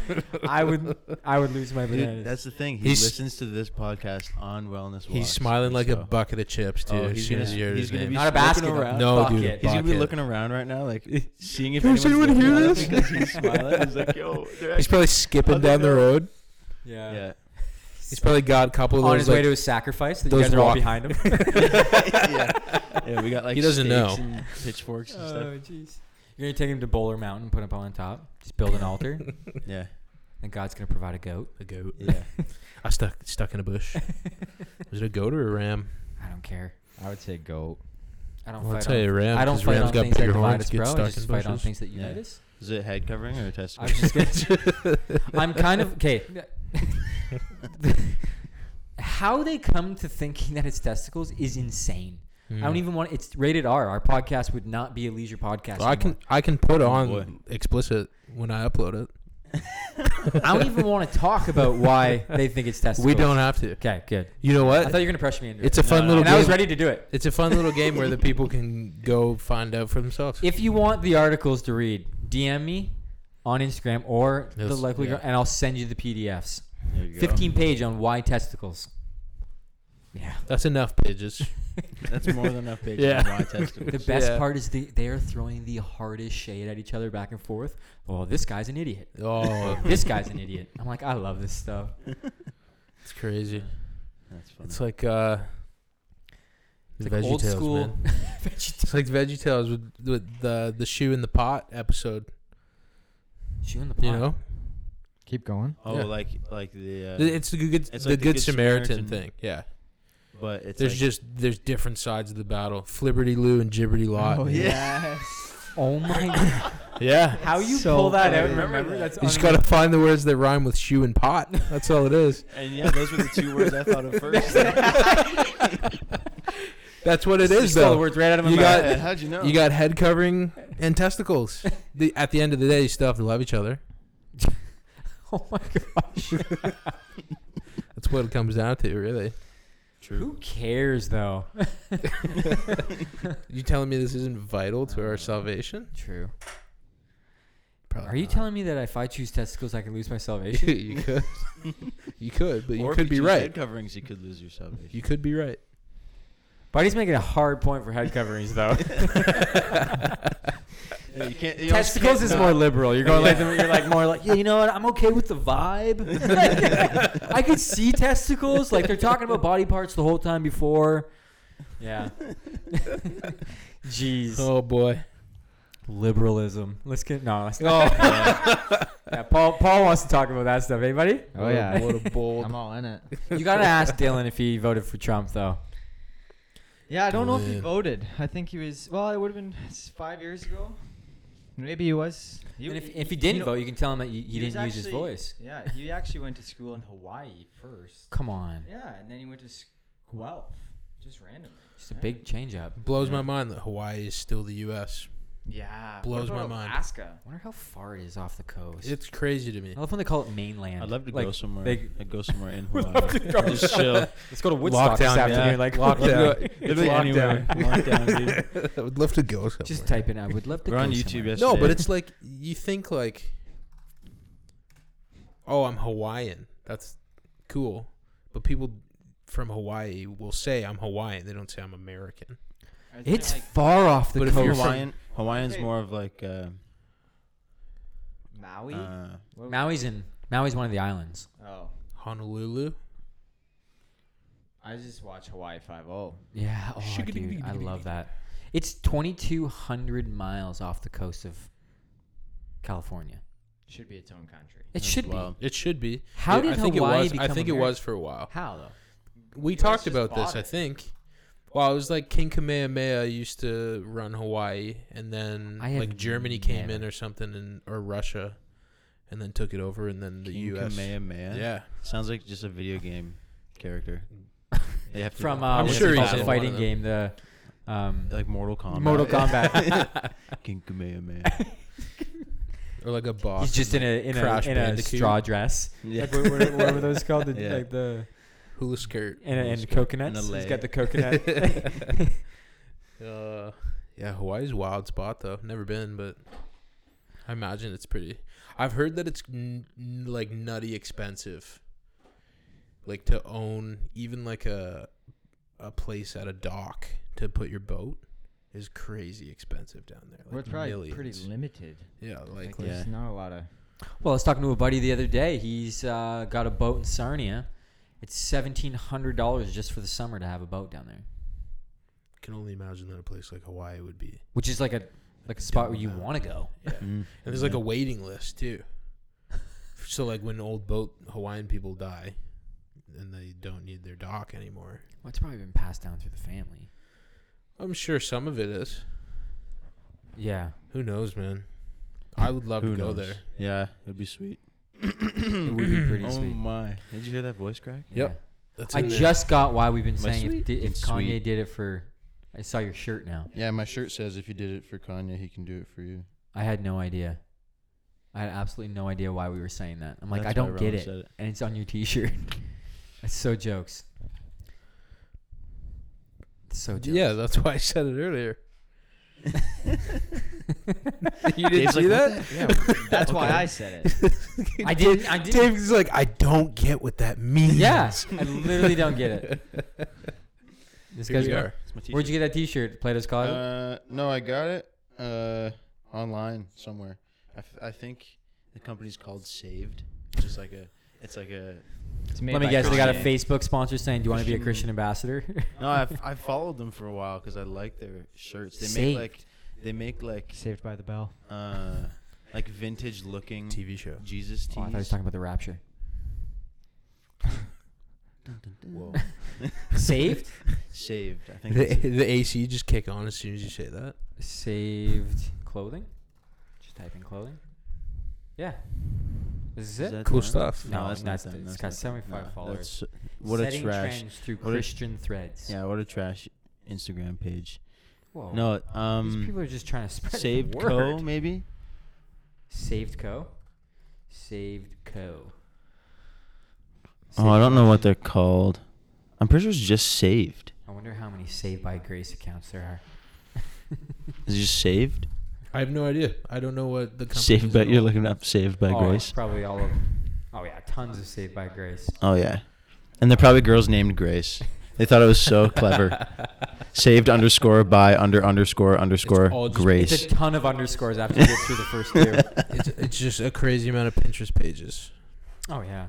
I would I would lose my
Dude,
bananas.
that's the thing. He
He's-
listens to this podcast on wellness.
He's
walks,
smiling like a
so-
bucket of chips, dude.
Oh,
as
he's
soon
gonna-
as you hear
he's
his
gonna
name.
be
not a basket
smoking a-
around.
No,
Fuck
dude.
it.
He's gonna be
Bucket.
looking around right now, like seeing if
Does
anyone's
anyone
looking
hear
at him
this?
because he's smiling. He's like, yo, they're
He's probably skipping down the road.
Yeah.
actually-"
He's probably got a couple of
On
those.
his
like,
way to his sacrifice, that you
those
guys are all
walk-
behind him.
yeah. yeah, yeah. We got like
He doesn't
stakes
know.
and pitchforks and stuff.
Oh, jeez. You're gonna take him to Bowler Mountain, put him up on top, just build an altar,
Yeah,
and God's gonna provide a goat.
a goat.
yeah.
I stuck stuck in a bush. Was it a goat or a ram?
I don't care.
I would say goat.
I don't
Well, I'll
fight
tell
on.
you, a ram.
I don't
'cause
fight
rams
on
got
things that
bigger
divide
horns,
us,
get
bro. I
stuck
just
in
fight on
bushes.
things that unite
Yeah.
us.
Is it head covering or
I
testicles?
was just gonna. I'm kind of okay. How they come to thinking that it's testicles is insane. I don't
Mm.
even want. It's rated R. Our podcast would not be a leisure podcast.
Well, I
anymore.
can I can put
Oh,
on
boy.
explicit when I upload it.
I don't even want to talk about why they think it's testicles.
We don't have to.
Okay, good.
You know
I
what?
thought you were gonna pressure me into
It's
it.
a fun
No,
little
and
game.
I was ready to do it.
It's a fun little game where the people can go find out for themselves.
If you want the articles to read, DM me on Instagram or the
Yes,
likely,
yeah.
and I'll send you the PDFs.
There you go.
Fifteen page on why testicles. Yeah.
That's enough pages.
That's more than enough pages.
Yeah.
on why testicles.
The best
Yeah.
part is they, they are throwing the hardest shade at each other back and forth. Well, this guy's an idiot.
Oh,
This guy's an idiot. I'm like, I love this stuff.
it's crazy.
That's funny.
It's like uh,
It's like
Veggie
old
Tales,
school.
man. It's like Veggie Tales with, with the the shoe in the pot episode.
Shoe in the pot.
You know,
Keep going.
oh,
yeah.
like like the. Uh,
it's the good
It's
the
like
good, Samaritan,
Samaritan.
thing. Yeah,
but it's
there's
like,
just there's different sides of the battle. Flibberty Lou and Gibberty Lot.
Oh,
yes.
Oh my god.
yeah.
How you
So
pull that out?
funny.
Remember that's
You just
unreal.
gotta find the words that rhyme with shoe and pot. That's all it is.
and yeah, those were the two words I thought of first.
That's what it
You
is,
stole the
though.
words right out of my
You
mouth.
got-
Yeah, how'd you know?
You got head covering and testicles. The, at the end of the day, you still have to love each other.
Oh my gosh.
That's what it comes down to, really.
Who cares though?
You telling me this isn't vital to our salvation?
True.
Probably
Are you
not.
telling me that if I choose testicles, I can lose my salvation?
you could, you could, but you
Or if
could be
choose
right.
Head coverings, you could lose your salvation.
You could be right.
Buddy's making a hard point for head coverings, though.
Yeah, you can't, you almost
Testicles
can't
is
not-
more liberal. You're going like you're like more like yeah. You know what? I'm okay with the vibe. I could see testicles. Like they're talking about body parts the whole time before. Yeah. Jeez.
Oh boy.
Liberalism. Let's get no. Let's
Oh.
yeah. Yeah, Paul. Paul wants to talk about that stuff. Anybody?
Oh yeah,
What a bold.
I'm all in it.
You gotta ask Dylan if he voted for Trump though.
Yeah, I don't know if he
Good.
voted. I think he was. Well, it would have been s- five years ago. Maybe he was. You-
and if,
you-
if he
you
didn't
know-
vote, you can tell him that you, he
was
didn't use his
actually-
voice.
Yeah, he actually went to school in Hawaii first.
Come on,
Yeah, and then he went to s- Guelph, just randomly.
just a big change up.
Blows my mind that Hawaii is still the U.S.
Yeah,
Blows
what about
my mind.
Alaska.
wonder how far it is off the coast.
It's crazy to me.
I love when they call it mainland.
I'd love to go
Like,
somewhere.
they-
I'd go somewhere in
We'd
Hawaii.
love to go
Just chill.
Let's go to Woodstock this
Lockdown, yeah.
afternoon. Like
Lockdown.
lockdown.
Literally anywhere. Lockdown, dude.
I would love to go somewhere.
Just type in. I would love to.
We're
go
on YouTube
somewhere.
yesterday.
no, but it's like you think like, oh, I'm Hawaiian. That's cool, but people from Hawaii will say I'm Hawaiian. They don't say I'm American.
Or is it
It's
like
far off the
But if
coast.
you're
Hawaiian. Hawaiian's
Okay.
more of like uh,
Maui.
uh,
What-
Maui's in Maui's one of the islands.
oh,
Honolulu.
I just watch Hawaii Five O.
Yeah, oh,
Shiggity
dude, I
diggity
love
diggity.
that. It's 2,200 miles off the coast of California.
Should be its own country.
It should
wild.
It should be.
How
Yeah,
did
I think
Hawaii
it was? I
become
think it
Ameri-
was for a
be.
while.
How though?
We
guys
talked
just
about this,
bought
I
it.
think. Well, it was like King Kamehameha used to run Hawaii, and then
I have
like Germany came in
never-
or something, and or Russia, and then took it over, and then the
King
U.S.
Kamehameha.
Yeah,
Sounds like just a video game character. They have to
From uh,
I'm
what's it
sure he's
called?
in
the
one of
fighting
them.
game, the um,
like Mortal Kombat.
Mortal Kombat.
King Kamehameha.
or like a boss.
He's just in a in a,
Crash
in a
Bandicoot.
straw dress.
Yeah.
Like what, what, what were those called? The,
Yeah.
Like the
hula skirt.
and,
Those
and
good.
coconuts.
And a
He's
leg.
got the coconut.
Uh, yeah, Hawaii's a wild spot though. Never been, but I imagine it's pretty. I've heard that it's n- n- like nutty expensive. Like to own even like a a place at a dock to put your boat is crazy expensive down there. Like
We're probably pretty
millions.
limited.
yeah, like,
Like, there's
yeah.
not a lot of.
Well, I was talking to a buddy the other day. He's uh, got a boat in Sarnia. It's seventeen hundred dollars just for the summer to have a boat down there,
can only imagine that a place like Hawaii would be.
which is like a like a spot where you
Dumb.
want to go.
Yeah. and
Mm.
there's like a waiting list too. so like when old boat Hawaiian people die, and they don't need their dock anymore.
Well, it's probably been passed down through the family.
I'm sure some of it is.
Yeah,
Who knows, man? I would love
Who
to go
knows?
there.
Yeah, it'd be sweet.
it would be pretty
oh
sweet.
my! Did you hear that voice crack?
Yeah.
Yep. That's
I
in there.
just got why we've been
My
saying if,
sweet.
di- if
It's
Kanye
sweet.
did it for. I saw your shirt now.
Yeah, my shirt says if you did it for Kanye, he can do it for you.
I had no idea. I had absolutely no idea why we were saying that. I'm like,
That's
I
why
don't get
Rowan
it.
said it.
and it's on your T-shirt. That's so jokes. So jokes.
yeah, that's why I said it earlier.
you
Dave's like, "What
Yeah, that's why I said it.
I didn't. I didn't.
Dave's like, I don't get what that means.
Yeah, I literally don't get it. This
Here
guy's
we
where,
are.
That's my
would you get that T-shirt? Plato's Closet.
Uh, no, I got it uh, online somewhere. I, f- I think the company's called Saved, which is like a. It's like a.
It's made
Let me
by
guess. They got a
Kanye.
Facebook sponsor saying, "Do you want to be a Christian ambassador?" Oh,
No, I I followed them for a while because I like their shirts. They
Saved.
make like they make like
Saved by the Bell.
uh like vintage looking
TV show.
Jesus tees.
oh, I thought he was talking about the Rapture.
Whoa.
Saved.
Saved. I think.
the,
That's it.
the AC just kick on as soon as you say that.
Saved clothing. Just type in clothing. Yeah. This is it.
Is that
Cool
them?
stuff.
No,
not
that's-
them.
it's
That's
got
not them.
75 followers.
that's- What a
Setting
trash.
trends through
what a-
Christian threads.
Yeah, what a trash Instagram page.
Whoa.
No,
Oh. These
um,
people are just trying to spread
Saved
the
Co.
word.
Maybe.
Saved Co. Saved Co.
Oh, I don't know what
the.
they're called. I'm pretty sure it's just saved.
I wonder how many Saved by Grace accounts there are.
Is it just saved?
I have no idea. I don't know what the company
saved
is
by
at
you're
all.
looking up saved by
oh,
grace.
Probably all of. 'em. Oh yeah, tons of Saved by Grace.
Oh yeah, and they're probably girls named Grace. They thought it was so clever. Saved underscore by under underscore underscore
all just-
grace.
It's a ton of underscores after you get through the first two.
It's, it's just a crazy amount of Pinterest pages.
Oh yeah.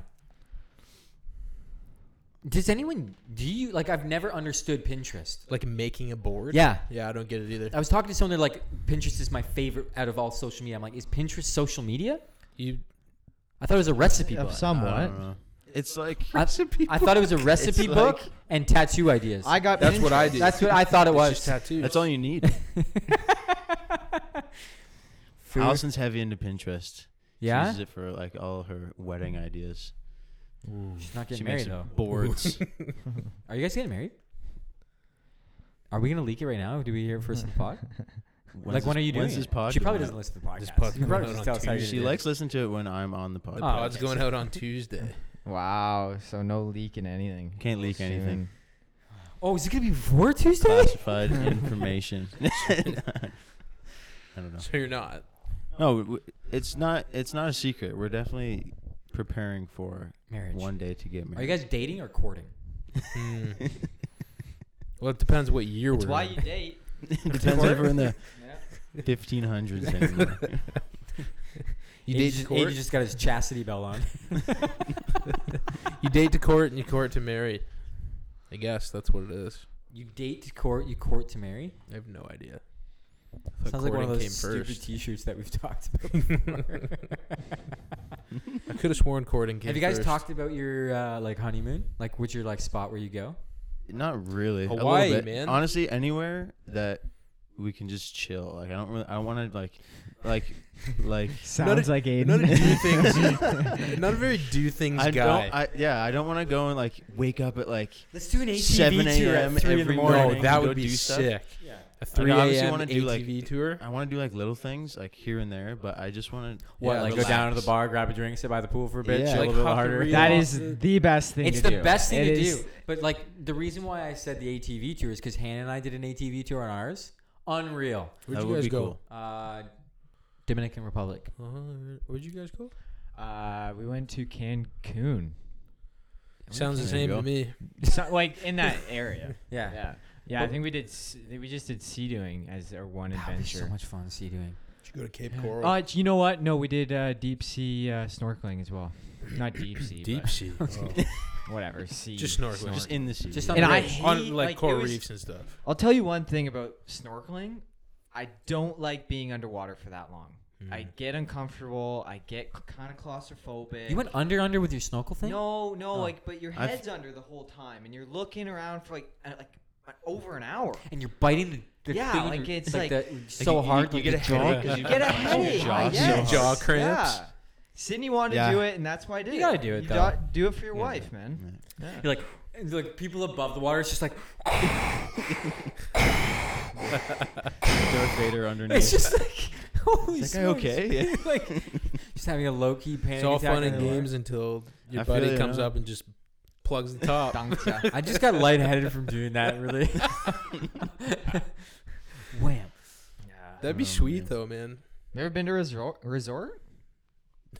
Does anyone do you like? I've never understood Pinterest.
Like making a board.
Yeah.
Yeah, I don't get it either.
I was talking to someone. They're like, Pinterest is my favorite out of all social media. I'm like, is Pinterest social media?
You
I thought it was a recipe book.
Of somewhat.
I
I,
don't know. It's like
I, I thought it was a recipe
It's
book
like-
and tattoo ideas.
got.
That's what I do.
That's what I thought it
it's
was.
just tattoos.
that's all you need.
Food.
Allison's heavy into Pinterest. She
yeah,
uses it for like all her wedding ideas.
she's not
She
getting married
makes
though.
boards.
Are you guys getting married? Are we gonna leak it right now? Do we hear it first in the pod?
When's
like, when are
this-
you doing
when's this
it?
pod
She probably doesn't
coming out?
listen to the podcast.
This pod
She probably
coming
just
out on
tells how you
Tuesday.
She
did.
likes listening to it when I'm on the pod.
The
Oh,
pod's going out on Tuesday.
Wow. So no leaking anything.
Can't leak
Semen.
anything.
Oh, is it gonna be before Tuesday?
Classified information. I don't know.
So you're not.
No, w- it's not. It's not a secret. We're definitely preparing for
Marriage.
one day to get married.
Are you guys dating or courting?
Hmm. well, it depends what year
It's
we're
why
in.
you date.
Depends if we're in the 1500s anymore.
You
Aiden
date to
just,
court.
Aiden just got his chastity belt on.
you date to court and you court to marry. I guess that's what it is.
You date to court, you court to marry.
I have no idea.
Sounds like one of those stupid T-shirts that we've talked about.
I could have sworn courting came
Have you guys
first.
talked about your uh, like honeymoon? Like, what's your like spot where you go?
Not really. A little
Hawaii,
bit.
man.
Honestly, anywhere that we can just chill. Like I don't really. I want to like, like, like.
Sounds like Aiden.
Not a do things. not a very do things
I
guy.
don't. I, yeah, I don't want to go and like wake up at like
Let's do an ATV
7
tour
a.m.
at three in the
every
morning.
no,
morning.
that
Go
would be
do stuff.
sick.
Yeah.
A 3
obviously
a.m.
wanna
ATV
do, like-
tour.
I want to do like little things like here and there, but I just want to
What?
Yeah,
like go down to the bar, grab a drink, sit by the pool for a bit,
Yeah.
chill
Like
a little
hop the
harder.
reel.
That
Yeah.
is the best thing.
It's
to
the
do.
best thing
It
to
is-
do. But like the reason why I said the ATV tour is because Hannah and I did an ATV tour on ours. Unreal.
Where'd
that
you
would
guys
be
go?
Uh, Dominican Republic.
Uh, where'd you guys go?
Uh, we went to Cancun.
Sounds the
There you
same
go.
to me.
So, like in that area.
Yeah.
Yeah. Yeah, I think we did. s- We just did sea doing as our one
That was so
adventure.
much fun sea doing.
Did you go to Cape Coral?
Uh, you know what? No, we did uh, deep sea uh, snorkeling as well. Not deep sea.
Deep
but
sea.
Whatever. Sea.
Just snorkeling.
Just in the sea.
Just
yeah.
on
And
the
I
ridge.
hate
On like,
like, it
coral
was-
reefs and stuff.
I'll tell you one thing about snorkeling. I don't like being underwater for that long.
Hmm.
Mm.
I get uncomfortable. I get kind of claustrophobic.
You went under under with your snorkel thing?
No, no,
Oh.
like, but your
I've-
head's under the whole time, and you're looking around for like, uh, like uh, over an hour.
And you're biting the, the
Yeah,
thing.
like,
in your-
it's like-
the- so
you- you-
hard.
you
like
get
the
a headache
jaw-
'cause you-
Get a
Oh,
headache.
jaw-
uh, yes.
jaw cramps.
Yeah. Sydney wanted
Yeah.
to do it, and that's why I did.
gotta do it,
You
though.
do- Do it for your wife, man.
You're like, and, like people above the water. It's just like
Darth Vader underneath.
it's just like holy.
Is that guy
smokes.
okay? Yeah.
like just having a low key panic
It's all
attack
fun
in
and
the water.
games until your
I feel
buddy
you,
comes
huh?
up and just plugs the top.
I just got lightheaded from doing that. Really. Wham.
That'd be
Oh,
sweet
man.
though, man.
Never been to a resort? resort?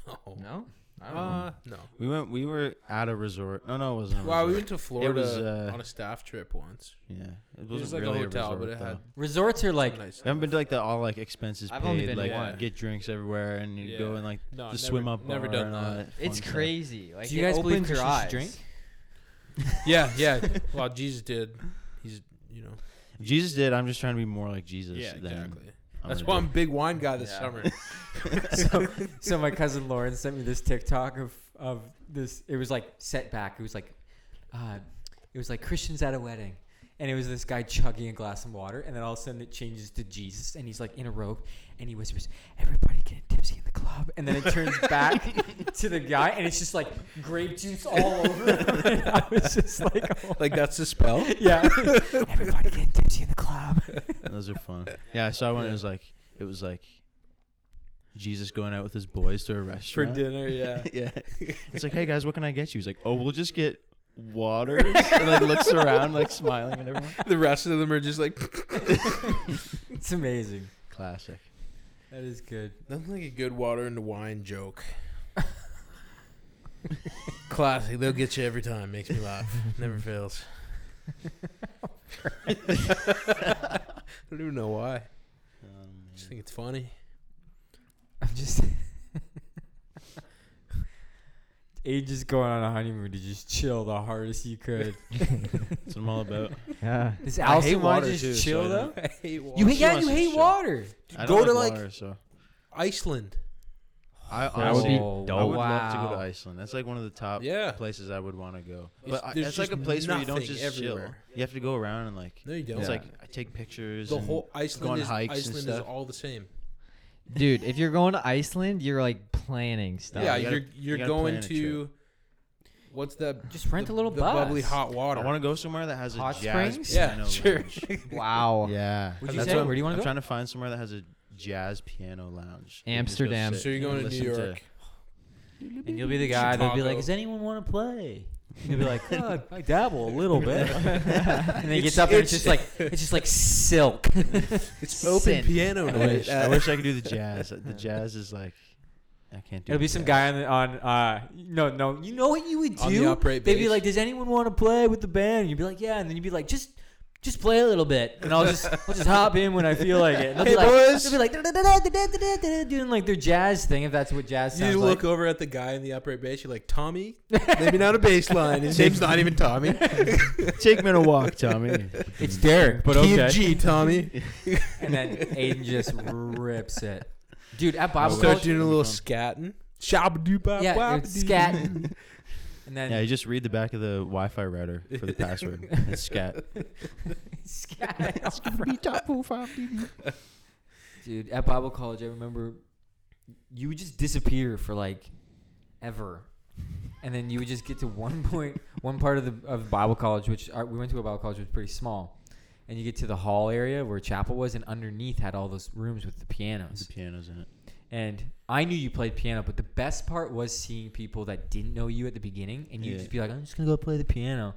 No.
No. I don't know.
Uh, no.
we went. We were at a resort. No, no, it wasn't. A
Wow, we
resort.
went to Florida
was, uh,
on a staff trip once.
yeah, it
It was
wasn't
like
really
a hotel,
resort,
but it had
though.
Resorts are like
some nice.
I haven't been to like the all like expenses
I've
paid,
only been to
like
one.
get drinks everywhere, and you go
Yeah.
and like
No,
the
never-
swim up.
Never
bar
done
and all
that.
that
It's
fun stuff.
crazy. Like
Do you
it
guys believe
opens your
Christians should
eyes.
drink?
yeah, yeah. Well, Jesus did. He's you know.
If Jesus did. I'm just trying to be more like Jesus.
Yeah,
then
exactly.
I'm
That's why
gonna
I'm a big wine guy this
Yeah.
summer.
so, so my cousin Lauren sent me this TikTok of of this. It was like setback. It was like, uh, it was like Christians at a wedding, and it was this guy chugging a glass of water, and then all of a sudden it changes to Jesus, and he's like in a robe, and he whispers, "Everybody getting tipsy in the club," and then it turns back to the guy, and it's just like grape juice all over. Him. And I was just like, oh.
like that's the spell.
yeah, everybody getting tipsy in the club.
do it. Those are fun. Yeah, I saw one. It was like it was like Jesus going out with his boys to a
For
restaurant.
dinner, yeah.
yeah. It's like, hey guys, what can I get you? He's like, oh, we'll just get water. and like looks around, like smiling at everyone.
the rest of them are just like
It's amazing.
Classic.
That is good.
nothing like a good water and wine joke. Classic. They'll get you every time. Makes me laugh. Never fails. I don't even know why. I
Um,
just think it's funny.
I'm just. Age is going on a honeymoon to just chill the hardest you could.
that's what I'm all about.
Yeah.
Does
I
Allison
hate
want
water,
to just
too, so
chill
I
though?
don't-
I hate water.
You hate,
She
yeah,
wants
you
to
hate
chill.
water.
I
go
don't
to
like
like
water, so
Iceland.
I
That would
honestly
be
I would love to go
Wow.
to Iceland. That's like one of the top
Yeah.
places I would want to go.
It's-
But I-
there's
it's like a
just
place where you don't
nothing
just chill.
everywhere.
You have to go around and like
No, you don't.
it's
Yeah.
like I take pictures.
the
and
whole
go on
Iceland is
hikes and
Iceland is
stuff.
all the same.
Dude, if you're going to Iceland, you're like planning stuff.
yeah,
you
you
gotta-
are
you
you're
gotta
going
plan a trip.
to what's that?
Just rent
the,
a little
the bubbly
bus.
hot water.
I want to go somewhere that has a
Hot
jazz
springs?
Yeah,
piano
sure.
lounge.
Wow.
Yeah.
Would
you
That's
say?
what I'm-
Where do you wanna
I'm
go?
trying to find somewhere that has a jazz piano lounge. You can just go
Amsterdam.
sit
so you're
and
going to New
listen
York.
And you'll be the guy that'll be
Chicago.
like, "Does anyone want to play?" And you'll be like, "Oh, I dabble a little bit." and then he
It's-
gets up and it's
it's-
just like it's just like silk.
It's open
Sin.
piano
I
night. Uh,
wish, I wish I could do the jazz. The jazz is like, I can't do.
It'll
the
be some
jazz.
guy on, the- on uh no no you know what you would do?
On the upright
They'd be
bass.
like, "Does anyone want to play with the band?" And you'd be like, "Yeah," and then you'd be like, "Just just play a little bit," and I'll just I'll just hop in when I feel like it. And they'll
Hey,
be like,
boys.
They'll be like "Da-da-da-da-da-da-da-da," doing like their jazz thing if that's what jazz sounds
you
like.
look over at the guy in the upright bass. You're like Tommy. Maybe not a bass line. His name's not even Tommy.
Take me on a walk, Tommy.
It's Derek, but
Key of
okay.
G, Tommy.
and then Aiden just rips it, dude. At
I
Bible
wish.
Start
college,
doing a little scatting. Shabba-doo-bop,
yeah,
wabba-doo.
it's scatting, and then
Yeah, you just read the back of the Wi-Fi router for the password. It's scat.
scat. Dude, at Bible college, I remember you would just disappear for like ever, and then you would just get to one point, one part of the of Bible college, which our, we went to a Bible college which was pretty small, and you get to the hall area where chapel was, and underneath had all those rooms with the
The
pianos.
piano's in it.
And I knew you played piano, but the best part was seeing people that didn't know you at the beginning, and you would
Yeah.
just be like, "I'm just gonna go play the piano."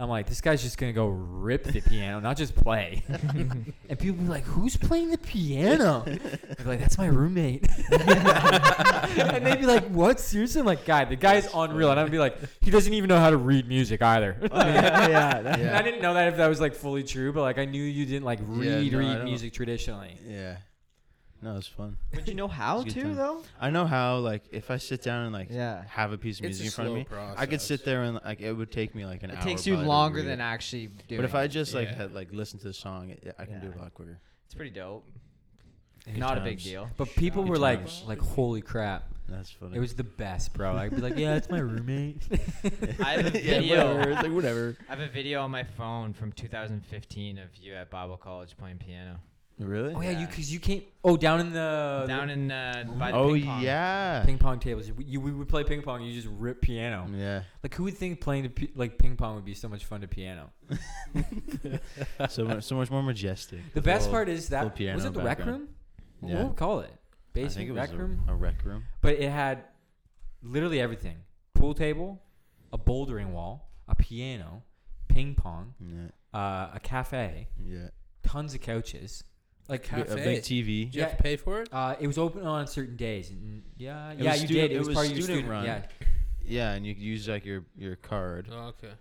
I'm like, "This guy's just gonna go rip the piano, not just play." and people be like, "Who's playing the piano?" I'd be like, "That's my roommate." and they'd be like, "What? Seriously?" I'm like, "Guy, the guy's unreal." And I'd be like, "He doesn't even know how to read music either."
yeah. that-
And I didn't know that if that was like fully true, but like I knew you didn't like
Yeah,
read
no, I
read
don't-
music traditionally.
Yeah. No, it's fun.
Would you know how
It's a good
to
time.
though?
I know how. Like, if I sit down and like
Yeah.
have a piece of
It's a
music in front of
slow
me, I could
process.
sit there and like it would take me like an
It
hour.
takes you
probably to
longer
read
than
it.
actually doing.
But if I
it.
just like
Yeah.
had, like listen to the song, it, I can do it a
Yeah.
lot quicker.
it's pretty dope.
Good
Not a big
times.
deal.
But people
Good
were like,
times.
like, holy crap.
That's funny.
It was the best, bro. I'd be like, yeah, it's my roommate.
I have a
yeah, whatever.
video.
It's like whatever.
I have a video on my phone from 2015 of you at Bible College playing piano.
Really?
oh, yeah, you
Yeah.
because you came. Oh, down in the
Down in uh, by the
Oh
ping pong.
yeah.
the ping pong tables. We- You, we would play ping pong. You just rip piano.
Yeah.
Like, who would think playing the, pi- like ping pong would be so much fun to piano?
So much, so much more majestic.
The
with
best
little-
part is that
piano
was it the rec
background.
room?
Yeah.
What would we call it?
I
Basement
think it was
rec
a,
room.
a rec room.
But it had literally everything: pool table, a bouldering wall, a piano, ping pong,
Yeah.
uh, a cafe.
Yeah.
tons of couches. Like
Ca-
A
Cafe.
big TV.
Did you have to pay for it?
uh, it was open on certain days. and- Yeah,
It
yeah,
was
you
student-
did. It was, part of your student
run.
Yeah,
Yeah, and you could use like your your card,
Oh, okay.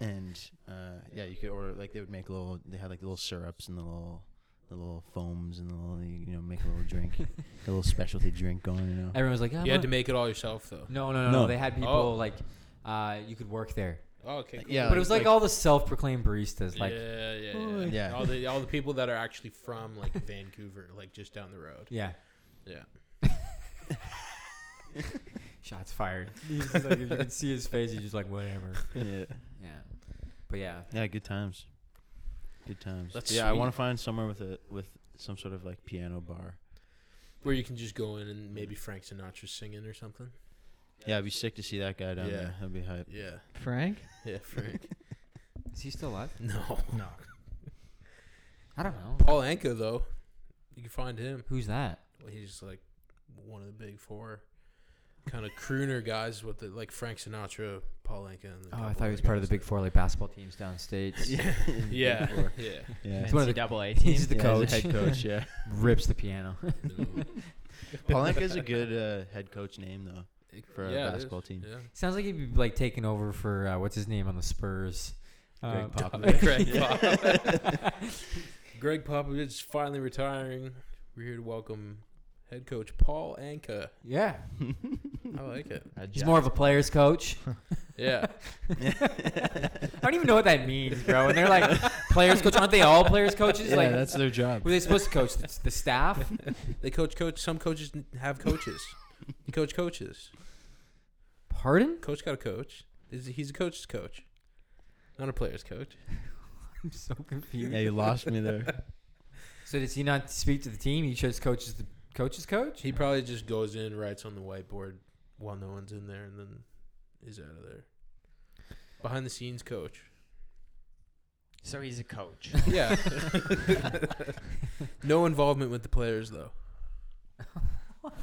and uh, yeah, you could order like they would make little. They had like little syrups and the little, the little foams and the little you you know make a little drink, a little specialty drink going. You know.
everyone was like, yeah,
You had to
I'm
make it all yourself though.
a- no, no, no, no,
No.
They had people
Oh.
like uh, you could work there,
Oh, okay. Cool.
Yeah,
but it was like,
like-
all the self-proclaimed baristas. Like, yeah,
yeah, yeah,
Oh,
yeah.
yeah.
All the all the people that are actually from like Vancouver, like just down the road. Yeah.
shots fired. He's just like, if you could see his face, he's just like, whatever.
Yeah.
Yeah, but yeah,
Yeah. Good times. Good times.
That's
yeah, I
sweet.
want to find somewhere with a with some sort of like piano bar.
Where you can just go in and maybe Frank Sinatra's singing or something.
Yeah, it'd be sick to see that guy down
Yeah.
there. That'd be hype.
Yeah.
Frank.
Yeah, Frank.
is he still alive?
no. No.
I don't know.
Paul Anka though. You can find him.
Who's that?
Well, he's like one of the big four kind of crooner guys with the, like Frank Sinatra, Paul Anka and a
Oh, I
couple
thought he was
other
part of the
guys
big four like basketball teams downstate.
Yeah. that- Yeah.
Before.
yeah.
Yeah.
It's one of the-
NCAA
He's
team.
the
Yeah,
coach.
as a head coach. Yeah.
Rips the piano.
No.
Palenka is a good uh, head coach name though for
Yeah, it
a
is.
basketball team.
Yeah.
Sounds like he'd be like taking over for uh, what's his name on the Spurs,
Greg
Um,
Popovich.
Greg Popovich. Greg Popovich is finally retiring. We're here to welcome head coach Paul Anka.
yeah,
I like it.
he's more of a player's coach.
Yeah.
I don't even know what that means, bro. And they're like players coach. Aren't they all players coaches?
yeah,
like,
that's their job.
were they supposed to coach the, the staff?
They coach coach some coaches n- have coaches. They coach coaches.
Pardon?
Coach got a coach. He's a- He's a coach's coach. Not a player's coach.
I'm so confused.
Yeah, you lost me there.
So does he not speak to the team? He chose coaches the coaches coach.
He probably just goes in, writes on the whiteboard while no one's in there, and then is out of there. Behind the scenes coach.
so he's a coach.
Yeah. no involvement with the players though.
So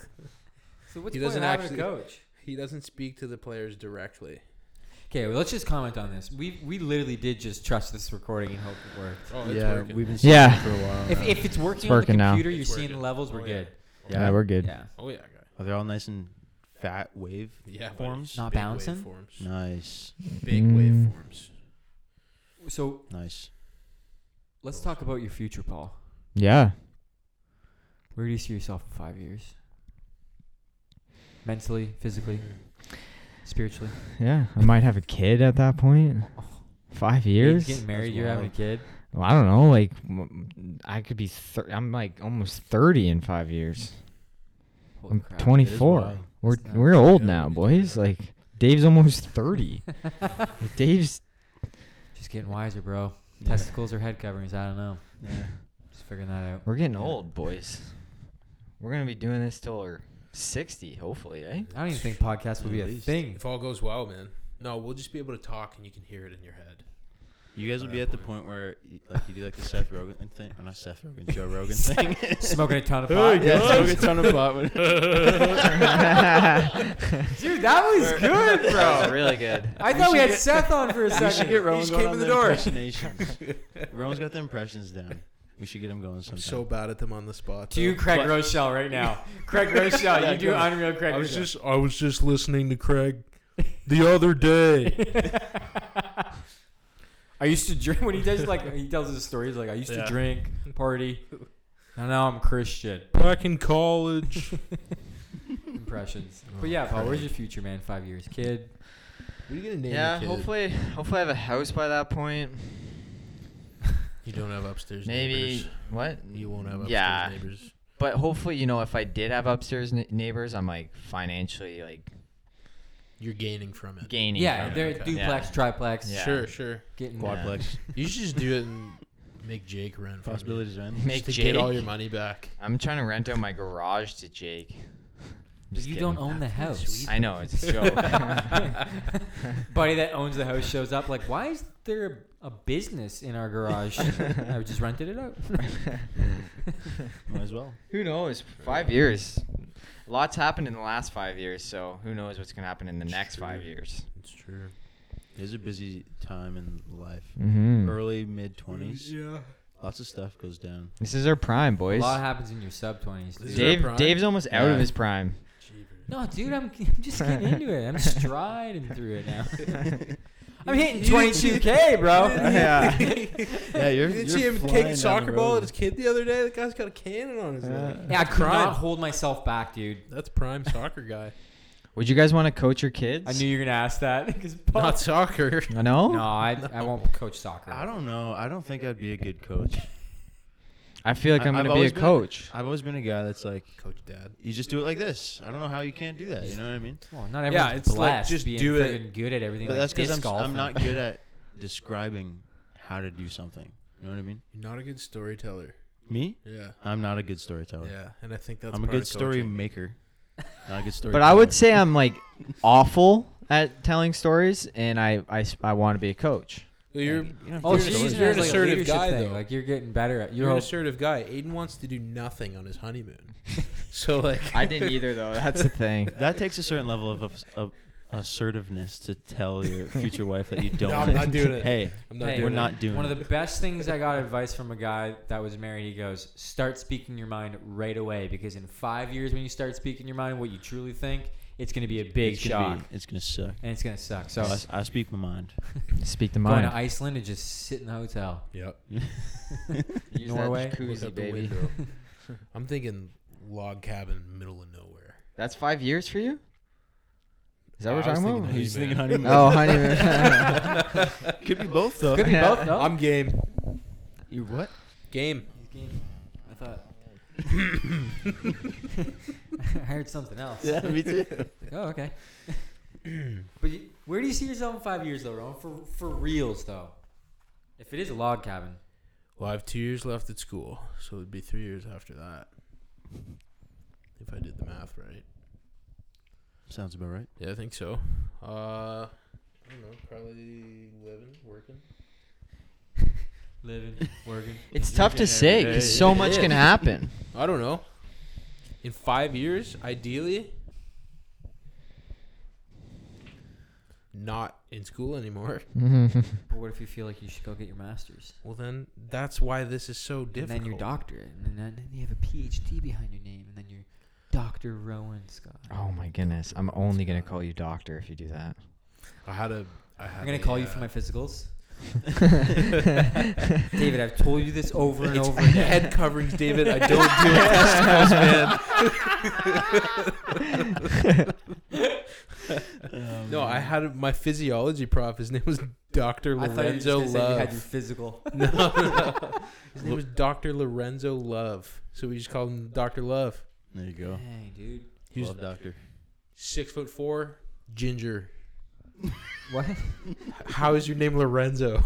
what's
He
the point
doesn't
of having a
actually-
coach?
He doesn't speak to the players directly.
Okay, well, let's just comment on this. We we literally did just trust this recording and hope it worked.
Oh,
yeah, we've been
been.
seeing
Yeah.
it for a while.
If,
now.
if it's working
It's
on the
working now.
computer, you're
It's
seeing
working.
the levels. We're
Oh, yeah.
good.
yeah,
we're good.
Yeah.
Oh yeah, guy.
Are they all nice and fat wave
Yeah, buddy.
forms?
Not
Big
bouncing?
Waveforms.
Nice,
Big
Mm.
waveforms.
So
nice.
let's talk about your future, Paul.
Yeah.
Where do you see yourself in five years? Mentally, physically, spiritually.
Yeah. I might have a kid at that point.
Oh.
Five years.
You're getting married.
That's
You're having a
wild.
kid.
Well, I don't know. Like, m- I could be. Thir- I'm like almost thirty in five years.
Holy
I'm
crap.
It is
24.
wild.
We're
It's not-
we're old
yeah,
now,
we do
boys.
that.
Like, Dave's almost thirty. Dave's
Just getting wiser, bro. Testicles or head coverings? I don't know.
Yeah.
Just figuring that out.
We're getting
Yeah.
old, boys. We're gonna be doing this till we're sixty, hopefully, eh?
I don't even think podcasts will be a
At least.
thing.
If all goes well, man. No, we'll just be able to talk and you can hear it in your head.
You guys will
At
be
that
at the
point.
point where, you, like, you do like the Seth Rogen thing, or not Seth Rogen, Joe Rogan thing.
Smoking a ton of pot.
yeah, smoke a ton of pot.
Dude, that was good, bro.
That was really good.
I thought we had Seth on for a
We should
second.
get
he
Rowan
just
going
came in
on
the
the
door.
impersonations. Rowan's got the impressions down. We should get him going
I'm
sometime.
so bad at them on the spot.
Do you, Craig Rochelle, right now. Craig Rochelle, you do
go.
unreal Craig
I was
Rochelle.
just I was just listening to Craig the other day.
I used to drink when he does like he tells his stories like I used
Yeah.
to drink, party. And now I'm Christian.
Back in college.
Impressions.
Oh,
But yeah, Paul, where's your future, man? Five years, kid.
What are you gonna name
Yeah,
your kid?
hopefully, hopefully I have a house by that point.
You don't have upstairs
Maybe
neighbors.
what?
You won't have upstairs
Yeah.
neighbors.
But hopefully, you know, if I did have upstairs n- neighbors, I'm like financially like
You're gaining from it.
gaining.
Yeah,
from
they're
okay.
duplex,
Yeah.
triplex,
Yeah.
Sure, sure.
getting
Quadplex.
You should just do it and make Jake run from you.
Possibilities, man.
it. Make
just to
Jake.
get all your money back.
I'm trying to rent out my garage to Jake.
But
Just
you don't
kidding.
own the house.
I know it's a joke.
Buddy that owns the house shows up like, why is there a, a business in our garage? I just rented it out.
Might as well.
who knows? Five years. Lots happened in the last five years, so who knows what's gonna happen in the next five
True.
years?
It's true.
It is a busy time in life.
Hmm.
Mm-hmm.
Early, mid 20s. Lots of stuff goes down.
This is our prime,
A
boys.
lot happens in your sub twenties.
This is
Dave,
our prime?
Dave's almost out
Yeah.
of his prime.
No, dude, I'm, I'm just getting into it. I'm striding through it now. I'm hitting
You didn't see-
22k, bro.
Yeah.
Yeah, you're.
You didn't see him kick a soccer ball at his kid the other day? The guy's got a cannon on his leg.
Yeah, I could
Crime.
not hold myself back, dude.
That's prime soccer guy.
Would you guys want to coach your kids?
I knew you were gonna ask that because
Not soccer.
I know.
no, I, I won't coach soccer.
I don't know. I don't think I'd be a good coach.
I feel like
I-
I'm
I've
gonna be a
always been-
coach.
I've always been a guy that's like,
Coach Dad.
you just do it like this. I don't know how you can't do that. You know what I mean?
Well, not everyone's
it's like,
blessed
just
being
do it.
friggin' good at everything.
But
like
that's because
disc
I'm,
golf
I'm
and-
not good at describing how to do something. You know what I mean?
You're not a good storyteller.
Me?
Yeah.
I'm not a good storyteller.
Yeah. And I think that's
Oh. I'm a
part
good
of
story
coaching.
maker. Not a good story.
But I would say I'm like awful at telling stories, and I I, s- I want to be a coach.
Well, you're,
Oh,
You're
she's
an-
using it
you're
as
an
like a
assertive
leadership
guy,
thing.
though.
Like you're getting better at
you're
you're.
an
all-
assertive guy. Aiden wants to do nothing on his honeymoon. so like
I didn't either though. That's the thing.
that takes a certain level of, of, of assertiveness to tell your future wife that you don't.
No, I'm
like-
not doing it.
Hey,
I'm not
Hey,
doing
we're
it.
not doing.
One of
it.
the best things I got advice from a guy that was married. He goes, "Start speaking your mind right away because in five years, when you start speaking your mind, what you truly think, it's going to be a big
it's
shock
Gonna be, it's gonna suck.
and it's going to suck. So
So I, I speak my mind.
Speak the
going
mind.
to Iceland and just sit in the hotel.
Yep.
Use that
Norway.
Look
jacuzzi,
out the
baby.
window. I'm thinking log cabin, middle of nowhere.
That's five years for you. Is that
Yeah, I
what we're
was
talking about?
He's
Honeymoon.
thinking honeymoon.
Oh, honeymoon.
Could be both though.
Could be
Yeah.
both, though.
I'm game.
You what?
Game.
I thought. I heard something else.
Yeah, me too.
Oh, okay. but you, where do you see yourself in five years, though, Rowan? For for reals, though, if it is a log cabin,
Well, I have two years left at school, so it'd be three years after that. If I did the math right.
Sounds about right.
Yeah, I think so. Uh, I don't know, probably living, working.
living, working.
it's tough to say because so much can happen.
I don't know. In five years, ideally, not in school anymore.
But what if you feel like you should go get your master's?
Well, then that's why this is so
And
difficult.
then your doctorate, and then, and then you have a PhD behind your name, and then you're Doctor Rowan Scott.
Oh my goodness! I'm only gonna call you doctor if you do that.
I had a. I had
I'm gonna
a,
call you
uh,
for my physicals. David, I've told you this over and
It's
over again.
head coverings, David. I don't do it. man. No, I had a, my physiology prof. His name was Doctor
I thought you were just
Lorenzo
gonna say you
Love.
had your physical.
no, no. his name was Doctor Lorenzo Love. So we just called him Doctor Love.
There you go.
Dang, dude.
He was
Love doctor.
six foot four, ginger.
What?
How is your name Lorenzo?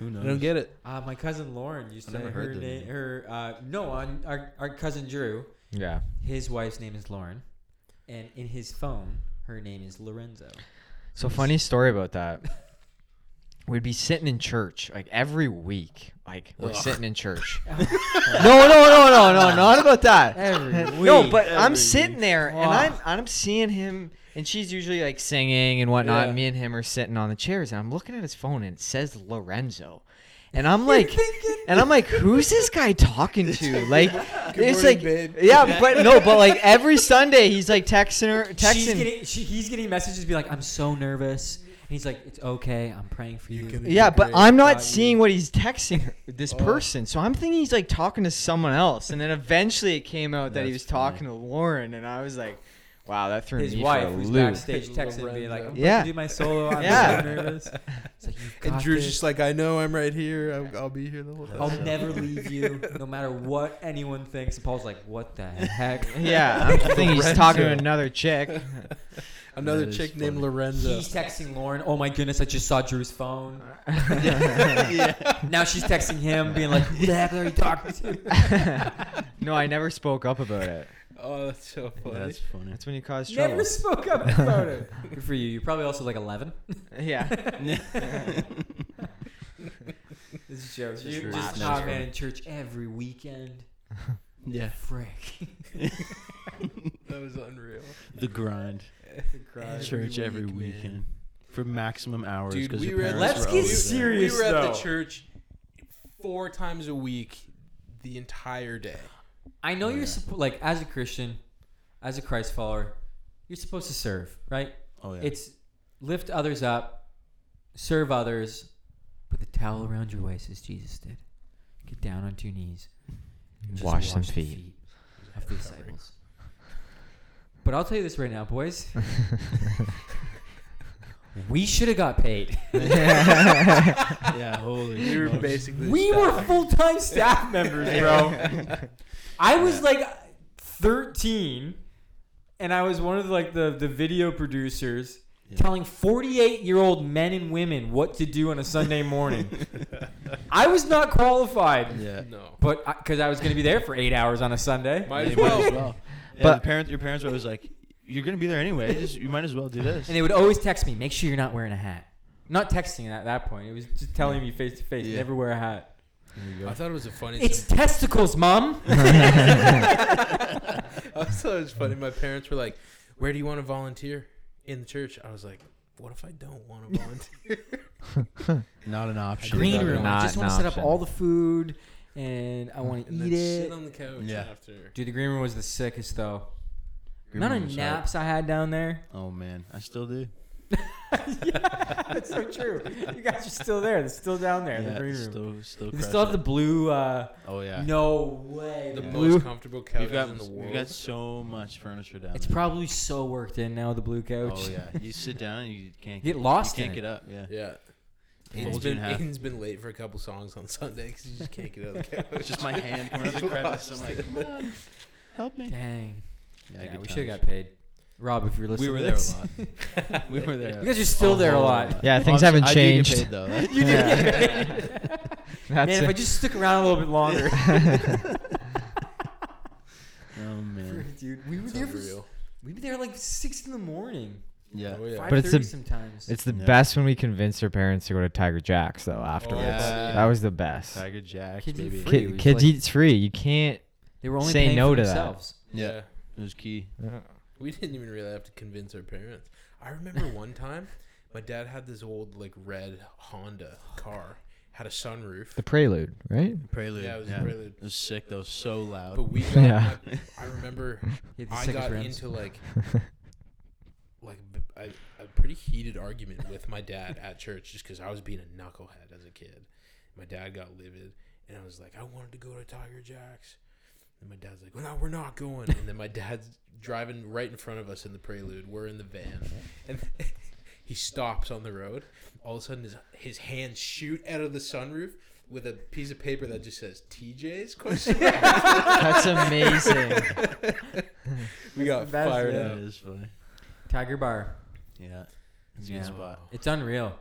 Who knows?
I don't get it.
Uh, my cousin Lauren used
I
to
never
her
heard that
name.
name.
Her uh, no, on our our cousin Drew,
Yeah.
his wife's name is Lauren, and in his phone, her name is Lorenzo.
So funny story about that. We'd be sitting in church like every week. Like we're
Ugh.
sitting in church. no, no, no, no, no, not about that.
Every
No,
week.
but I'm
Every
sitting
week.
there and
Wow.
I'm I'm seeing him and she's usually like singing and whatnot.
Yeah.
Me and him are sitting on the chairs and I'm looking at his phone and it says Lorenzo. And I'm like and I'm like, who's this guy talking to? Like
morning,
it's like
babe.
Yeah, but no, but like every Sunday he's like texting her texting.
She's getting, she, he's getting messages be like, I'm so nervous. And he's like, It's okay. I'm praying for
You
you.
can-
Yeah, but
Great.
I'm not
Got you.
seeing what he's texting her, this
Oh.
person. So I'm thinking he's like talking to someone else, and then eventually it came out that he was
That's
talking to Lauren, and I was like, "Wow, that threw
His
me
wife
for a
who's
loop."
backstage texting me like, I'm yeah.
Yeah.
to do my solo. I'm
Yeah.
so nervous. It's like, You've got
And Drew's
this.
just like, I know I'm right here. I'll, I'll be here the whole time.
I'll never leave you, no matter what anyone thinks. And Paul's like, What the heck?
yeah, I'm thinking he's talking to
Lorenzo.
another chick.
Another
That is
chick named
funny.
Lorenzo.
He's texting Lauren. Oh my goodness, I just saw Drew's phone. Now she's texting him, being like, "Who the heck are you talking to?"
no, I never spoke up about it.
Oh, that's so funny.
That's funny.
That's when you cause
Never
trouble.
spoke up about it. Good for you. You're probably also like 11.
yeah,
This is joke.
just
You're
laughs.
just oh man in church every weekend.
yeah,
Frick.
that was unreal.
the grind.
Every
Church every
week, man.
weekend for maximum hours.
Dude,
'cause
we
your
were at-
parents
Let's
were
get
always there.
serious.
We were at the
though.
church four times a week the entire day.
I know you're suppo- like as a Christian, as a Christ follower, you're supposed to serve, right?
Oh yeah.
It's lift others up, serve others, put the towel around your waist as Jesus did. Get down on two knees. and just
Wash some
the
feet.
of the disciples. But I'll tell you this right now, boys. we should have got paid.
yeah. Holy.
We were
smokes.
basically
we were full time staff members, bro. I was like 13, and I was one of like the, the video producers
Yeah.
telling 48 year old men and women what to do on a Sunday morning. I was not qualified,
Yeah.
no.
but because I, was going to be there for eight hours on a Sunday.
Might as
You might
well.
Yeah,
But-
the parents, your parents were always like, "You're gonna be there anyway. Just you might as well do this."
and they would always text me, make sure you're not wearing a hat. Not texting at that point. It was just telling me face to face,
Yeah.
never wear a hat.
There you
I
go.
thought it was a funny.
It's testicles, mom.
I thought it was funny. My parents were like, "Where do you want to volunteer in the church?" I was like, "What if I don't want to volunteer?"
Not an option.
green
Not an
room.
op-
I
Not
just
an
want to set up
option.
all the food, and I want to
and
eat
then sit
it.
on the couch
Yeah.
after.
Dude, the green room was the sickest though. None
Grooming
of
yourself.
naps I had down there.
Oh man, I still do.
yeah, that's so true. You guys are still there. They're still down there. in the
Yeah,
green room.
still, still.
They still have
crush
the
it.
blue. Uh,
oh yeah.
No way.
The
Yeah.
most comfortable couches
We've got,
in the world.
we've got so much furniture down
It's
there.
probably so worked in now. The blue couch.
Oh yeah, you sit down and you can't
Get lost
You
in
can't
it.
get up. Yeah.
yeah.
Folds
Ian's
you
been,
in half.
Ian's been late for a couple songs on Sunday because he just can't get out of the couch.
It's just my hand coming out of the crevice. I'm like, come on, help me.
Dang.
Yeah,
Yeah,
good
we should
times.
have got paid. Rob, if you're listening,
We were
to
there
this.
a lot. we were there.
You guys are still there a lot.
Yeah, things haven't
I did get
changed.
paid, though. That's-
You did
Yeah.
get paid.
That's
Man, if I just stuck around a little bit longer.
Oh man.
Dude, we were
It's
there. For,
unreal.
we were there like six in the morning.
Yeah.
Oh, yeah.
Five
But it's
thirty
a-
sometimes.
It's the
Yeah.
best when we convinced her parents to go to Tiger Jack's though. Afterwards,
Yeah.
that was the best.
Tiger Jack,
Kids eat
baby.
free.
Ki-
It was
kids
like-
eats free. You can't.
they were only
say
paying
no
for
to that.
themselves.
Yeah.
yeah.
It was key.
We didn't even really have to convince our parents. I remember one time, my dad had this old like red Honda car, had a sunroof.
The Prelude, right?
Prelude.
Yeah, it was
yeah.
really.
It was sick though. So loud.
But we got.
Yeah.
I remember
Yeah, the
I
sickest
got
rims.
into like, like b- a, a pretty heated argument with my dad at church just because I was being a knucklehead as a kid. My dad got livid, and I was like, I wanted to go to Tiger Jack's. And my dad's like, well, no, we're not going. And then my dad's driving right in front of us in the Prelude. We're in the van, and he stops on the road. All of a sudden, his, his hands shoot out of the sunroof with a piece of paper that just says TJ's question. mark.
That's amazing.
we got
the best,
fired
yeah.
up.
yeah, it was funny.
Tiger Bar.
Yeah. It's a
Yeah.
good spot.
It's unreal.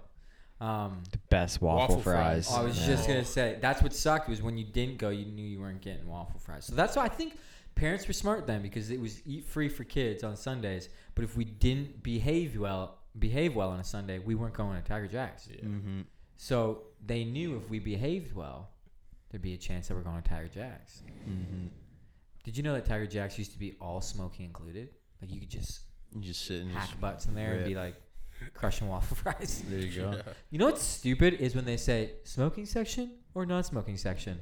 Um,
the best waffle,
Waffle
fries.
fries.
Oh, I was
Yeah.
just gonna say that's what sucked was when you didn't go, you knew you weren't getting waffle fries. So that's why I think parents were smart then because it was eat free for kids on Sundays. But if we didn't behave well, behave well on a Sunday, we weren't going to Tiger Jacks.
Yeah.
Mm-hmm.
So they knew if we behaved well, there'd be a chance that we're going to Tiger Jacks.
Mm-hmm.
Did you know that Tiger Jacks used to be all smoking included? Like you could just
You just sit and just.
hack butts in there and be like crushing waffle fries.
There you go.
You know what's stupid is when they say smoking section or non-smoking section,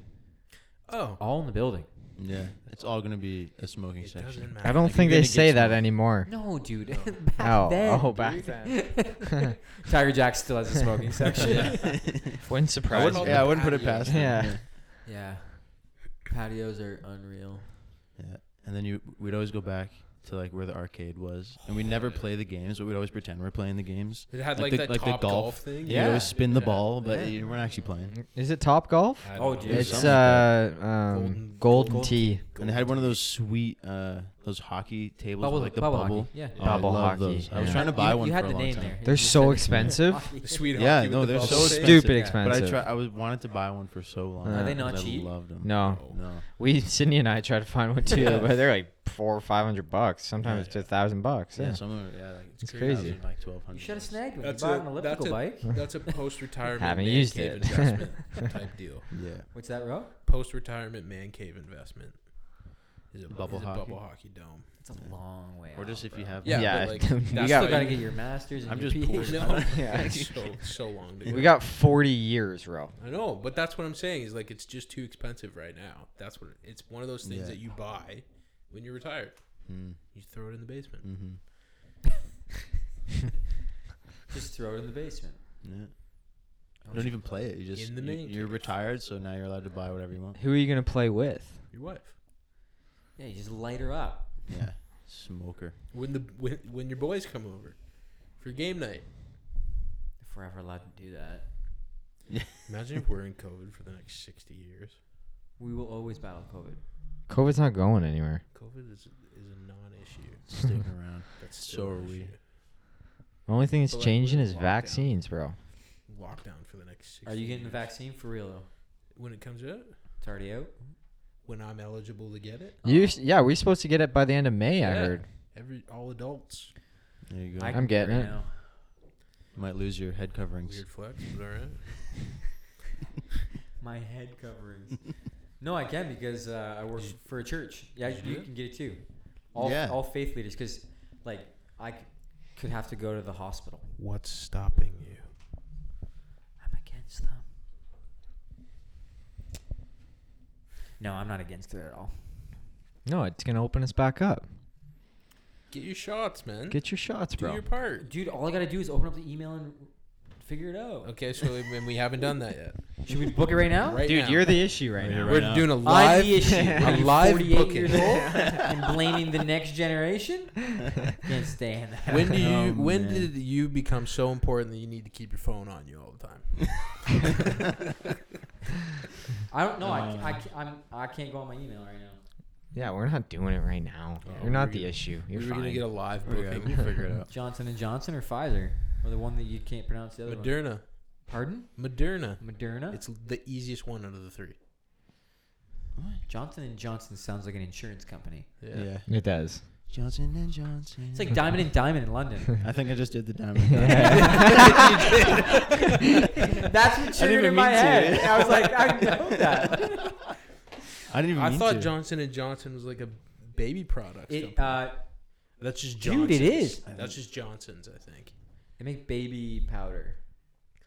Oh,
all in the building.
Yeah. It's all gonna be a smoking
it
section.
doesn't matter.
I don't
Like,
think
you're
they
gonna get
say that
some-
anymore.
No, dude.
No.
back
oh,
then,
oh, back
dude.
then.
Tiger Jack still has a smoking section. yeah.
Wouldn't
I
surprise
wouldn't,
me.
yeah, I wouldn't put it past. them,
Yeah.
Patios are unreal.
Yeah, and then you we'd always go back to like where the arcade was, and we never play the games, but we'd always pretend we're playing the games.
Oh, It had like,
Like the-
that
like the
top golf.
golf.
thing.
Yeah, you always spin the
Yeah.
ball, but
Yeah.
you weren't actually playing.
Is it Top Golf?
I
Oh,
don't know.
dude.
It's
something
uh,
like
um,
Golden-
golden,
Golden
tea.
And they had one of those sweet uh those hockey tables with, like the bubble.
hockey, Yeah.
Oh, I
Bubble
love
hockey,
those. I was
yeah.
trying to
You-
buy
you
one
had
for
the
a long
name
time.
there.
They're
You
so
just said it.
expensive.
The sweet
Yeah,
hockey with
no,
the
they're
ball
so
pit.
expensive.
Stupid
Yeah. But
expensive.
I try. I was wanted to buy one for so long.
Are
they
'cause
not
I
cheap?
Loved them.
No,
no.
we Sydney and I tried to find one too,
Yeah.
but they're like four or five hundred bucks. Sometimes
Yeah.
to a thousand bucks.
Yeah,
Yeah.
some of them, yeah, like
It's
crazy.
crazy.
like twelve hundred.
You should have snagged one. You
That's
bought
a-
an
that's
elliptical
a-
bike.
That's a post-retirement
Haven't
man
used
cave
it.
investment type deal.
Yeah,
What's that, Rob?
Post-retirement man cave investment is a
Bubble
is a
hockey.
bubble hockey dome.
It's a long way.
or just
out,
if you
bro.
have.
Yeah,
Yeah,
but like,
dude,
that's
you
You
got-
still gotta
why-
get your masters. And
I'm
your
just poor.
PhD.
No,
Yeah.
it's so so long. To
We got forty years, bro.
I know, but that's what I'm saying is like it's just too expensive right now. That's what it's one of those things
Yeah.
that you buy when you're retired. You throw it in the basement.
Mm-hmm.
Just throw it in the basement.
Yeah. You don't even play it. You just
In the main
you, are retired, so now you're allowed to buy whatever you want.
Who are you gonna play with?
Your wife.
Yeah, you just light her up.
Yeah, smoker.
When the when, when your boys come over for game night.
If we're ever allowed to do that,
Imagine if we're in COVID for the next sixty years.
we will always battle COVID.
COVID's not going anywhere.
COVID is is a non-issue.
Sticking around.
That's
So
still an
are we.
issue.
The only thing that's
But, like,
changing
we're
is
locked down.
vaccines, bro.
Uh-huh. Lockdown for the next. 60
Are you getting the
years.
vaccine for real though?
when it comes out?
It's already out.
When I'm eligible to get it?
You, s- yeah, we're supposed to get it by the end of May. I
Yeah.
heard.
Every all adults.
There you go.
I
You
can do
getting
right
it.
Now.
might lose your head coverings.
Weird flex, but all right.
My head coverings. no, I can because uh, I work for a church. Yeah,
Did you
you
do it?
can get it too. All
Yeah.
all faith leaders, because like I c- could have to go to the hospital.
What's stopping you?
I'm against them. No, I'm not against it at all.
No, it's gonna open us back up.
Get your shots, man.
Get your shots,
Do
bro.
your part.
Dude, all I gotta do is open up the email and figure it out.
Okay, so we, we haven't done that yet.
Should we book it right now?
Right
Dude,
now.
you're the issue right
Yeah,
now.
right
We're
now.
doing a
I'm
live.
the issue. Are
a
you
live
48
booking.
years old and blaming the next generation? Can't stand that.
When do you?
Oh,
when
man.
did you become so important that you need to keep your phone on you all the time?
I don't know. I,
Um,
I, can't- I'm, I can't go on my email right now.
Yeah, we're not doing it right now.
Oh,
you're not
we're
the
gonna-
issue.
we
You're
were gonna
fine.
get a live
We're good.
booking.
We'll figure it out.
Johnson and Johnson or Pfizer, or the one that you can't pronounce the other one.
Moderna.
Pardon?
Moderna.
Moderna.
It's the easiest one out of the three.
Johnson and Johnson sounds like an insurance company.
Yeah.
Yeah.
it does.
Johnson and Johnson.
It's like Diamond and Diamond in London.
I think I just did the diamond.
That's what
I didn't
triggered
even
in my
mean to.
head. I was like, I know that.
I didn't even.
I
mean
thought
to.
Johnson and Johnson was like a baby product.
It,
company.
uh,
That's just Johnson's.
dude, it is.
That's just Johnson's, I think.
they make baby powder.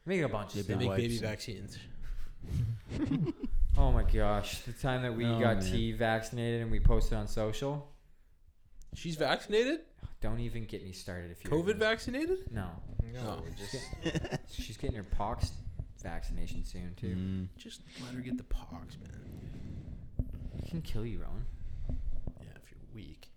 They make a bunch
They
of
They
stuff.
Big
make baby
wipes.
vaccines.
Oh my gosh! The time that we
Oh,
got
man.
T vaccinated and we posted on social.
She's vaccinated.
Don't even get me started. If you
COVID vaccinated.
No,
No,
just she's getting her pox vaccination soon too.
Mm.
Just let her get the pox, man.
It can kill you, Rowan.
Yeah, if you're weak.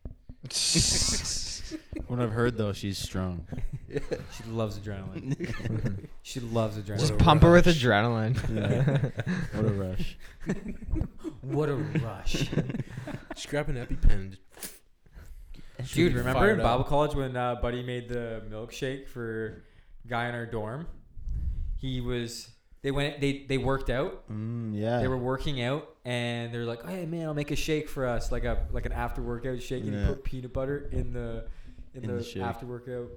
What I've heard though, she's strong.
She loves adrenaline. she loves adrenaline.
Just
What a
pump her with
rush.
adrenaline.
What a rush.
what a rush,
Just grab an EpiPen.
dude!
be
Remember
fired
in Bible
up.
college when uh, Buddy made the milkshake for guy in our dorm? He was. They went. They they worked out.
Mm, yeah.
they were working out and they're like, "Hey man, I'll make a shake for us, like a like an after workout shake." And you
Yeah.
put peanut butter in the in,
In
the,
the shake.
after workout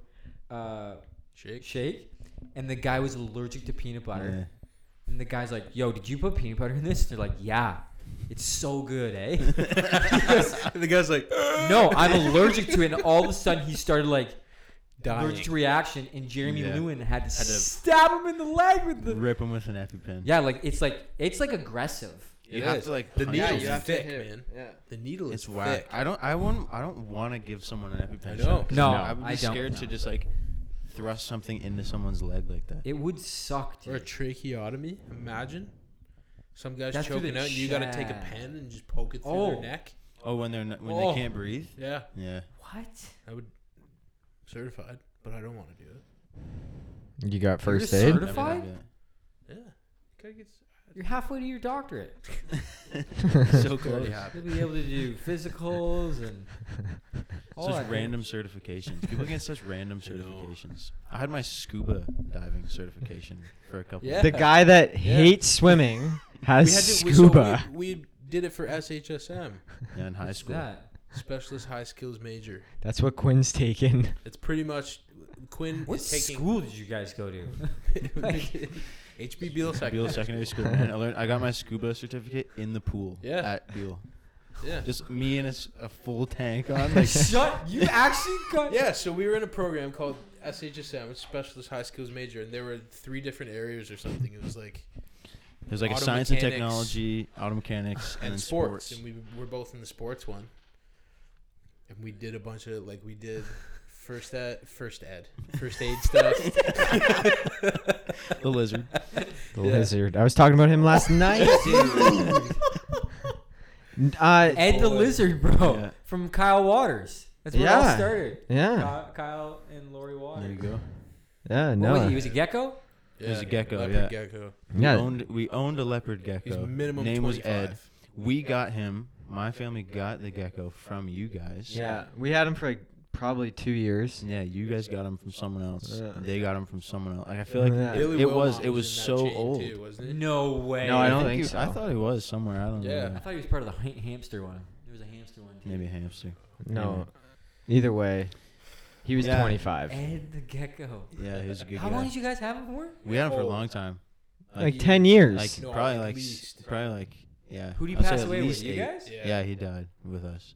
uh,
Shake.
shake. And the guy was allergic to peanut butter.
Yeah.
And the guy's like, "Yo, did you put peanut butter in this?" they're like, "Yeah, it's so good, eh?"
the guy's like,
no, I'm allergic to it. And all of a sudden, he started like
dying.
allergic reaction, and Jeremy
Yeah.
Lewin had to,
to-
stab him in the leg with the.
Rip him with an EpiPen.
Yeah, like it's like it's like aggressive.
You
It
have
is.
to like
The
punch
needle's
him.
you have to thick, hit- man.
Yeah.
The needle is
It's
whack.
whack. I don't. I won't. I don't want to give someone an EpiPen.
I
shot,
know.
'cause
No,
I would be
I don't,
scared
no.
to just like thrust something into someone's leg like that.
It would suck. Dude.
Or a tracheotomy. Imagine. Some guy's
That's through
choking
the
out, and you got to take a
chat.
pen and just poke it through
Oh.
their neck.
Oh, when they're not, when
Oh.
they can't breathe.
Yeah,
Yeah.
What?
I would. Certified, but I don't want to do it.
You got first
just
aid?
sort Certified?
Never
Yeah, Guy gets-
You're halfway to your doctorate.
did that. so
already
close.
happened.
You'll be able to do physicals and all
Oh,
Such
that.
random certifications. People get such random
I know.
certifications. I had my scuba diving certification for a couple.
Yeah.
The guy that
Yeah.
hates swimming has
We had to- we- so
scuba.
We, we did it for SHSM,
Yeah, in high
What's
school.
that?
specialist high skills major.
That's what Quinn's taking.
It's pretty much Quinn
What
is taking
school did you guys go to?
HB Beal
Beale
second.
Secondary School. Man, I learned. I got my scuba certificate in the pool.
Yeah.
At Beale.
Yeah.
Just me and a, s- a full tank on. Like,
Shut! You actually got.
Yeah, so we were in a program called SHSM, it's Specialist High Skills Major, and there were three different areas or something. It was like
there's like a
Auto
science and
mechanics.
technology, auto mechanics, and,
and
then
sports, and
sports.
we were both in the sports one, and we did a bunch of like we did first ed, first ed, first aid stuff.
the lizard.
The lizard. I was talking about him last night, dude. uh,
Ed the
Boy.
Lizard, bro,
Yeah.
from Kyle Waters. That's where it all
Yeah.
started.
yeah.
Ky- Kyle and Lori Waters.
There you go.
Yeah,
What was he? He
no.
was a gecko.
Yeah,
There's a gecko,
leopard
yeah.
gecko.
Yeah.
We owned, we owned a leopard gecko.
He's minimum
Name was
25.
Ed. We got him. My family got the gecko from you guys.
Yeah, we had him for like probably two years.
Yeah, you guys got him from someone else.
Yeah.
They got him from someone else. Like, I feel like
Yeah.
Billy
it
Wilmot
was it was
in that
so
chain,
old.
too, wasn't it?
No way.
No, I don't
he-
think so.
I thought he was somewhere. I don't
Yeah.
know.
I thought he was part of the ha- hamster one. There was a hamster one. Too.
Maybe a hamster.
No, either way, he was
Yeah.
25.
Ed the gecko.
Yeah, he was a good
How
guy.
long did you guys have him for?
we had him for a
Oh.
long time.
Like 10 years.
Like
No,
probably
at
like s-
least.
probably like yeah.
Who did he
I'd say
pass
at
away with?
least
You
eight.
guys?
Yeah.
Yeah, he died with us.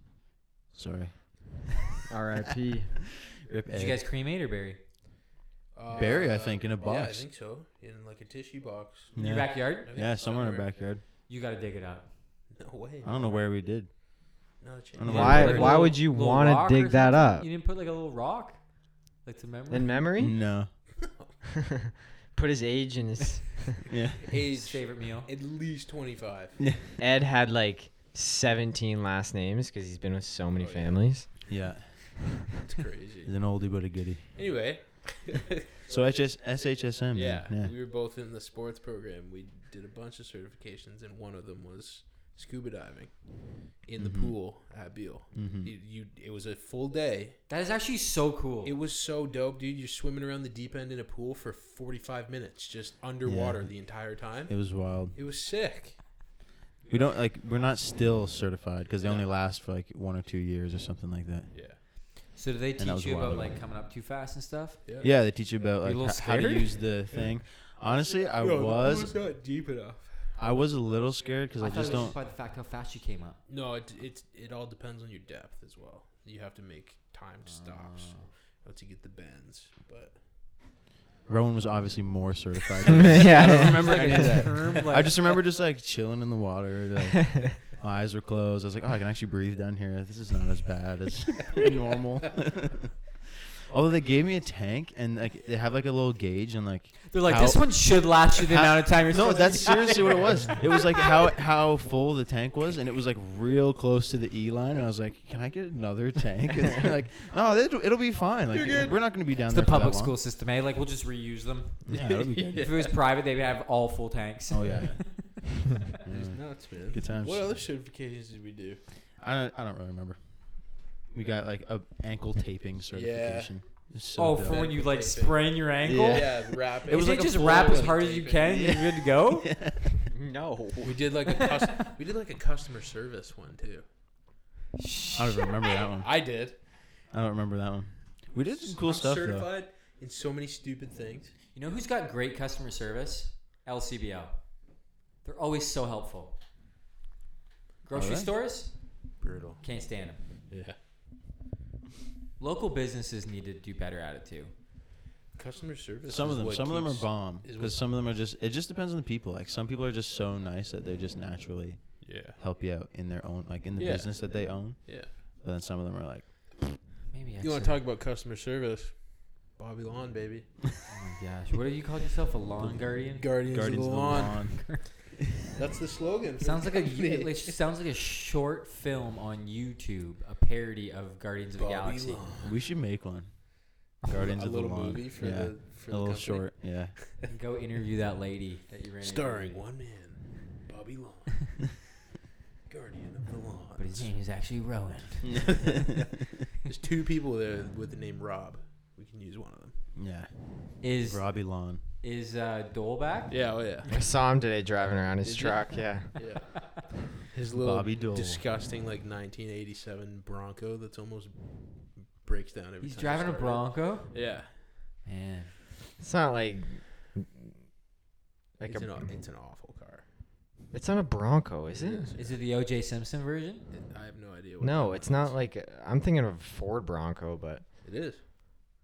Sorry.
R.I.P.
Rip
Did you guys cremate or bury?
Uh,
Barry, I think, in a
Yeah, I
box.
think so. In like a tissue box.
In Your
Yeah,
backyard?
I think
yeah somewhere in our
somewhere.
backyard.
You gotta dig it up.
No way.
I don't know where we did.
No change.
I don't know
Why-
what it is.
why
would you
Little
wanna
rock or
dig that
something?
up?
You didn't put like a little rock, like to memory.
In memory?
No.
Mm.
Put his age and his.
Yeah.
His favorite meal.
At least twenty five.
Ed had like 17 last names because he's been with so many
Oh, yeah.
families.
Yeah.
That's crazy.
He's an oldie but a goodie.
Anyway.
So HS, SHSM.
yeah,
man. Yeah.
we were both in the sports program. We did a bunch of certifications, and one of them was scuba diving in the
Mhm.
pool at Beale.
Mm-hmm.
You, you, it was a full day.
That is actually so cool.
It was so dope, dude. You're swimming around the deep end in a pool for 45 minutes, just underwater the entire time.
It was wild.
It was sick.
We don't like. We're not still certified because they
No.
only last for like one or two years or something like that.
Yeah.
so do they
that was
teach you
wild.
about like coming up too fast and stuff?
Yeah.
Yeah, they teach you about like
a little
h- how to
scared?
use the thing. Honestly, I was
not deep enough.
I was a little scared because
I
I
thought
just
it was
don't.
just by the fact how fast you came up.
No, it, it it all depends on your depth as well. You have to make timed stops
Ah.
once you get the bends. But
Rowan was obviously more certified. than me.
yeah.
I don't remember
It's like
any
a
of that.
term, like-
I just remember just like chilling in the water. Like, my eyes were closed. I was like, oh, I can actually breathe down here. This is not as bad as normal. Although they gave me a tank and like they have like a little gauge and like
They're like,
how-
this one should last you the
How-
amount of time you're
no,
supposed to
that's
be out
seriously what it was. It was like how how full the tank was, and it was like real close to the E line. And I was like, "Can I get another tank?" And they're like, "No, it'll, it'll be fine. Like, we're not going to be down
It's
there
the
for that
public
long."
school system, eh? Like we'll just reuse them.
Yeah, it'll be good.
If it was private, they'd have all full tanks.
Oh yeah,
it was nuts, man.
Mm. good times.
What other certifications did we do?
I don't, I don't really remember. We got like a ankle taping certification. It's So
oh,
dope.
for when you like
Taping.
sprain your ankle.
Yeah.
wrap
It was like just wrap as hard as you can. and You're good to go.
No.
We did like a cus- we did like a customer service one too.
I don't even remember that one.
I did.
I don't remember that one. We did some cool
I'm
stuff though.
certified in so many stupid things.
You know who's got great customer service? LCBO. They're always so helpful. Grocery
Alright.
stores
Brutal.
can't stand them.
Yeah.
Local businesses need to do better at it too.
Customer service.
Some
is
of them,
what
some of them are
keeps-
bomb
is what-
because some of them are just. It just depends on the people. Like some people are just so nice that they just naturally
Yeah.
help you out in their own, like in the
Yeah.
business that they own.
Yeah.
But then some of them are like,
Maybe I
You want
should-
to talk about customer service? Bobby Lawn, baby.
Oh my gosh, what do you call yourself? A lawn guardian?
Guardians,
Guardians
of the lawn. That's the slogan. for
Sounds
the
like a
company.
it sounds like a short film on YouTube, a parody of Guardians of the
Bobby
Galaxy.
Lawn.
We should make one. Guardians
a
of the
little
Lawn.
movie for
yeah.
the for
a little
the company.
short. Yeah.
Go interview that lady that you ran into.
starring one man, Bobby Lawn, Guardian of the Lawn.
But his name is actually Rowan.
There's two people there with the name Rob. We can use one of them.
Yeah.
Is
Robbie Lawn.
is uh, Dole back?
Yeah, oh yeah,
I saw him today driving around his
Did you?
truck. Yeah.
yeah. His little
Bobby Dole.
disgusting like 1987 Bronco that's almost breaks down every
He's
time. you
driving a
start it.
Bronco.
Yeah,
Man,
It's not like. Like
it's,
a,
an, aw- it's an awful car.
it's not a Bronco, is it?
is it the O.J. Simpson version?
I have no idea. What
No,
kind
it's
of car
not like I'm thinking of a Ford Bronco, but
It is.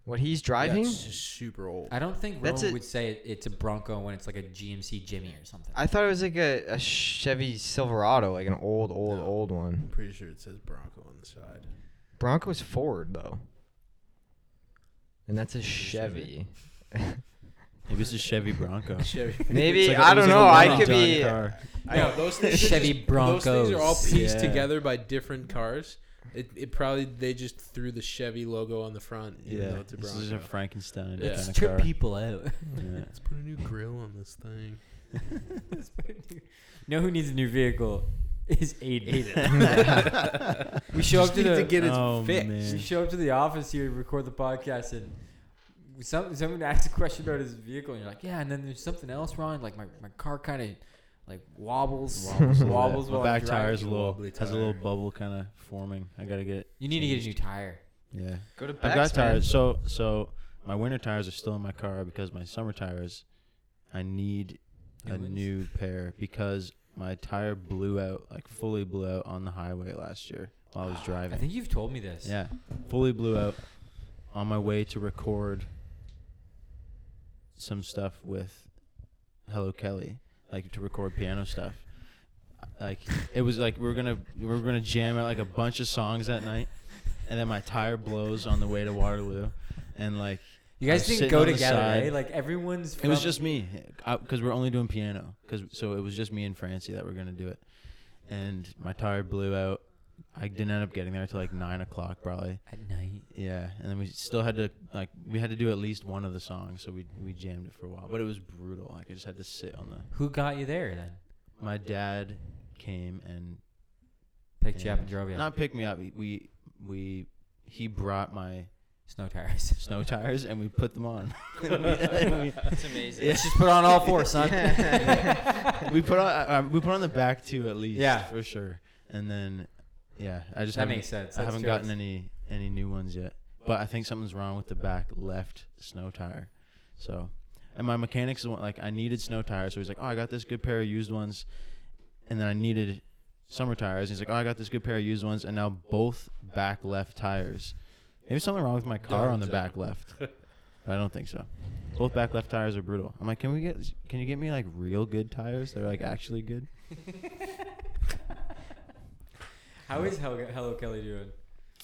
what he's
Yeah,
driving,
it's just super old.
I don't think
That's
Rowan
a-
would say it, it's a Bronco when it's like a GMC Jimmy or something.
I thought it was like a, a Chevy Silverado, like an old, old,
No.
old
I'm
one.
pretty sure it says Bronco on the side.
Bronco's Ford though, and that's a Chevy.
Maybe it's a Chevy Bronco.
Chevy.
Maybe
It's like a-
I
it's
don't
like a
know. I
long
could
done
be.
car.
I know those things. are
Chevy
just- Those things are all
Broncos.
pieced
Yeah.
together by different cars. It, it probably they just threw the Chevy logo on the front. Even
Yeah.
though it's a
this
Bronco.
is a Frankenstein
Yeah.
Let's
kind of
trip
car.
people out.
Yeah.
Let's put a new grill on this thing.
you know who needs a new vehicle? Is Aiden. we show
Just
up to
need
the
to get it
Oh,
fixed.
we
man.
show up to the office here, record the podcast, and some someone asks a question about his vehicle, and you're like, yeah, and then there's something else wrong. Like my, my car kind of like wobbles,
Wobbles
wobbles,
a little bit.
while
My back
I'm driving.
tire's a little
Wobbly
has a little
tire.
bubble kind of forming. I gotta get.
You need to get a new tire.
Yeah.
Go to Bex,
I've got
man.
tires. So so my winter tires are still in my car because my summer tires, I need
New
a
ones?
new pair because my tire blew out, like fully blew out on the highway last year while I was
I
driving.
think you've told me this.
yeah, fully blew out on my way to record some stuff with Hello Kelly, like to record piano stuff. Like it was like we were gonna we were gonna jam out like a bunch of songs that night, and then my tire blows on the way to Waterloo, and like
You
I
guys
was
didn't
sitting
go
on the
together,
side.
right? Like everyone's.
It was
from-
just me, because we're only doing piano. Cause so it was just me and Francie that were gonna do it, and my tire blew out. I didn't end up getting there till like nine o'clock probably.
at night.
Yeah, and then we still had to like we had to do at least one of the songs, so we we jammed it for a while. But it was brutal. Like I just had to sit on the.
Who got you there then?
My dad came and
Picked you up
and-
and drove you.
Not pick me up. We, we we he brought my
Snow tires.
snow tires and we put them on.
That's amazing.
Let's just put on all four, son.
we put on uh, we put on the back two at least.
Yeah.
for sure. And then, yeah, I just
That
haven't,
makes sense.
I
That's
haven't
true.
gotten any any new ones yet. But I think something's wrong with the back left snow tire. So, and my mechanics is one- like I needed snow tires, so he's like, oh, I got this good pair of used ones, and then I needed summer tires. He's like, oh, I got this good pair of used ones, and now both back left tires. Maybe something wrong with my car on the back left. But I don't think so. Both back left tires are brutal. I'm like, can we get? Can you get me like real good tires? They're like actually good.
How is Hello, Hello Kelly doing?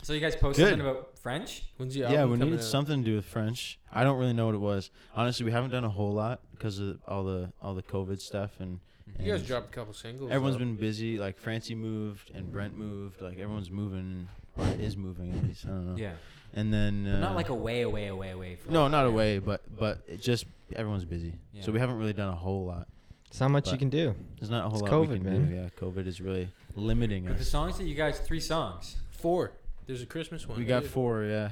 So you guys post
Good.
something about French?
When's your
Yeah,
album
we
coming
needed
out?
something to do with French. I don't really know what it was. Honestly, we haven't done a whole lot because of all the all the COVID stuff and. and
You guys dropped a couple singles.
Everyone's
though.
been busy. Like Francie moved and Brent moved. Like everyone's moving or is moving at least. I don't know.
Yeah.
And then uh,
But not like away, away, away, away. From
no, not away, but but it just everyone's busy.
Yeah.
So we haven't really done a whole lot.
It's not much
But-
you can do.
There's not a whole
It's
lot we
COVID,
can
man.
do. Yeah, COVID is really limiting
But the
us.
songs that you guys, three songs.
four. There's a Christmas one.
We got
too.
four. Yeah,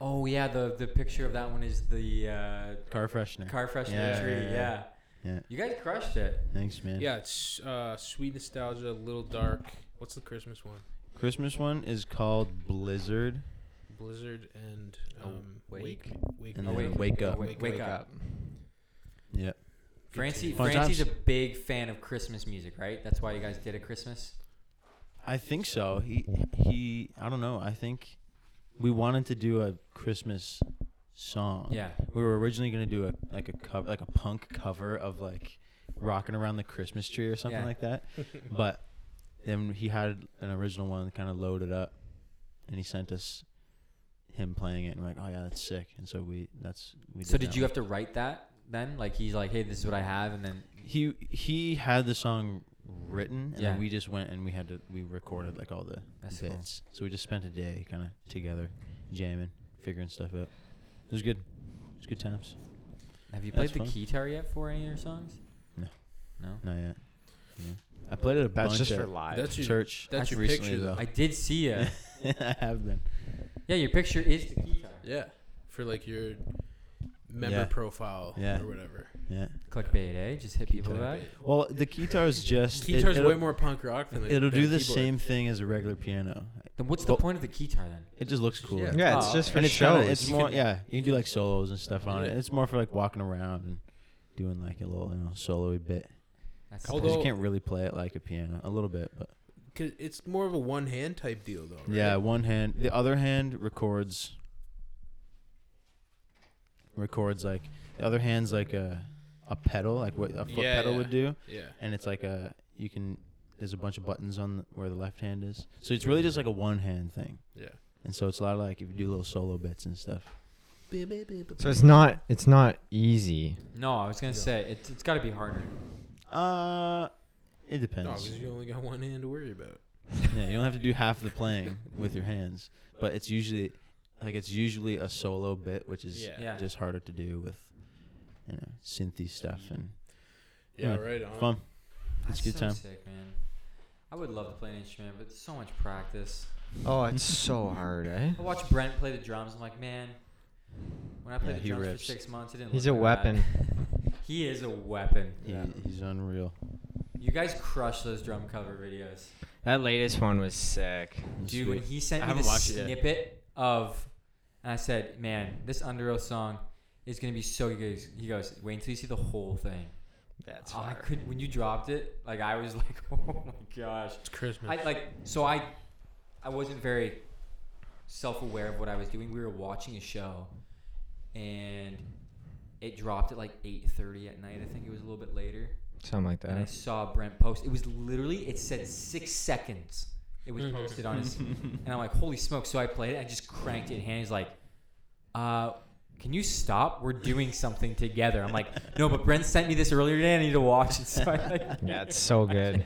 Oh yeah, the the picture of that one is the uh,
car freshener.
car freshener
Yeah,
tree. Yeah,
yeah, yeah. Yeah.
You guys crushed it.
Thanks, man.
Yeah, it's uh, Sweet Nostalgia, Little Dark. What's the Christmas one?
Christmas one is called Blizzard,
Blizzard and
Oh,
um,
Wake.
Wake. Wake.
and
Oh,
Up.
then
wait.
wake up.
Wake, wake up.
Yeah,
Francie,
Fun
Francie's
times.
a big fan of Christmas music, right? That's why you guys did a Christmas.
I think so. He he. I don't know. I think we wanted to do a Christmas song.
Yeah.
we were originally gonna do a like a cover, like a punk cover of like rocking around the Christmas tree or something
Yeah.
like that. but then he had an original one kind of loaded up, and he sent us him playing it, and we're like, oh yeah, that's sick. And so we that's we.
So
that
did you
one.
have to write that then? Like he's like, hey, this is what I have, and then
he he had the song written and
Yeah.
then we just went and we had to we recorded like all the
That's cool.
bits so we just spent a day kind of together jamming figuring stuff out it was good it was good times
have you played
That's
the
fun.
guitar yet for any of your songs?
No.
No.
not yet yeah. i played it a
That's
bunch
just
at
for live.
That's your
church
that's your
recently,
picture, though.
I did see ya.
i have been
yeah, your picture is the guitar.
Yeah, for like your member
Yeah.
profile
Yeah.
or whatever.
yeah
Clickbait, eh? Just hit people back.
well the guitar is just it-
Guitar's
it'll,
way more punk rock than
it'll
than
do the
keyboard.
same thing as a regular piano
Then what's
Well-
the point of the guitar then?
it just looks cooler
Yeah.
Yeah,
Oh,
it's just
okay.
for
and it's kinda-
shows.
it's more yeah. You can do like solos and stuff on it.
Yeah.
It's more for like walking around and doing like a little you know solo bit.
That's
'Cause
Although-
you can't really play it like a piano. A little bit, but
'Cause it's more of a one hand type deal though. Right?
yeah. One hand, the other hand records. Records like the other hand's like a a pedal, like what a foot
Yeah,
pedal
yeah.
would do,
Yeah.
and it's like a you can. There's a bunch of buttons on the, where the left hand is, so it's really just like a one hand thing,
Yeah.
and so it's a lot of like if you do little solo bits and stuff.
So it's not it's not easy.
No, I was gonna say it's, it's got to be harder.
Uh, it
No,
depends.
'cause you only got one hand to worry about.
Yeah, you don't have to do half the playing with your hands, but it's usually like it's usually a solo bit, which is
Yeah.
Yeah.
just harder to do with you know synthy stuff and
Yeah,
Yeah.
right on.
fun.
That's
It's good
so
time.
Sick, man. I would love to play an instrument, but it's so much practice.
Oh, it's so hard, eh?
I watch Brent play the drums. I'm like, man, when I played
Yeah,
the
he
drums
rips.
for six months, it didn't.
He's
look
a
that bad. he is a weapon.
He, He's unreal.
You guys crush those drum cover videos,
That latest one was sick.
He's
dude. When
sweet.
he
I
sent me the
haven't watched it yet.
snippet of, and I said, man, this Under Oath song is gonna be so good. He goes, wait until you see the whole thing.
That's
Oh, I could when you dropped it, like I was like, oh my gosh.
It's Christmas.
I like so I I wasn't very self aware of what I was doing. We were watching a show and it dropped at like eight thirty at night, I think it was a little bit later.
Something like
and I
that.
saw Brent post. It was literally it said six seconds. It was
Mm-hmm.
posted on his, and I'm like, holy smoke! So I played it. I just cranked it. And Hannah's like, uh, can you stop? We're doing something together. I'm like, no, but Brent sent me this earlier today. I need to watch it. So I like,
Yeah, it's so good.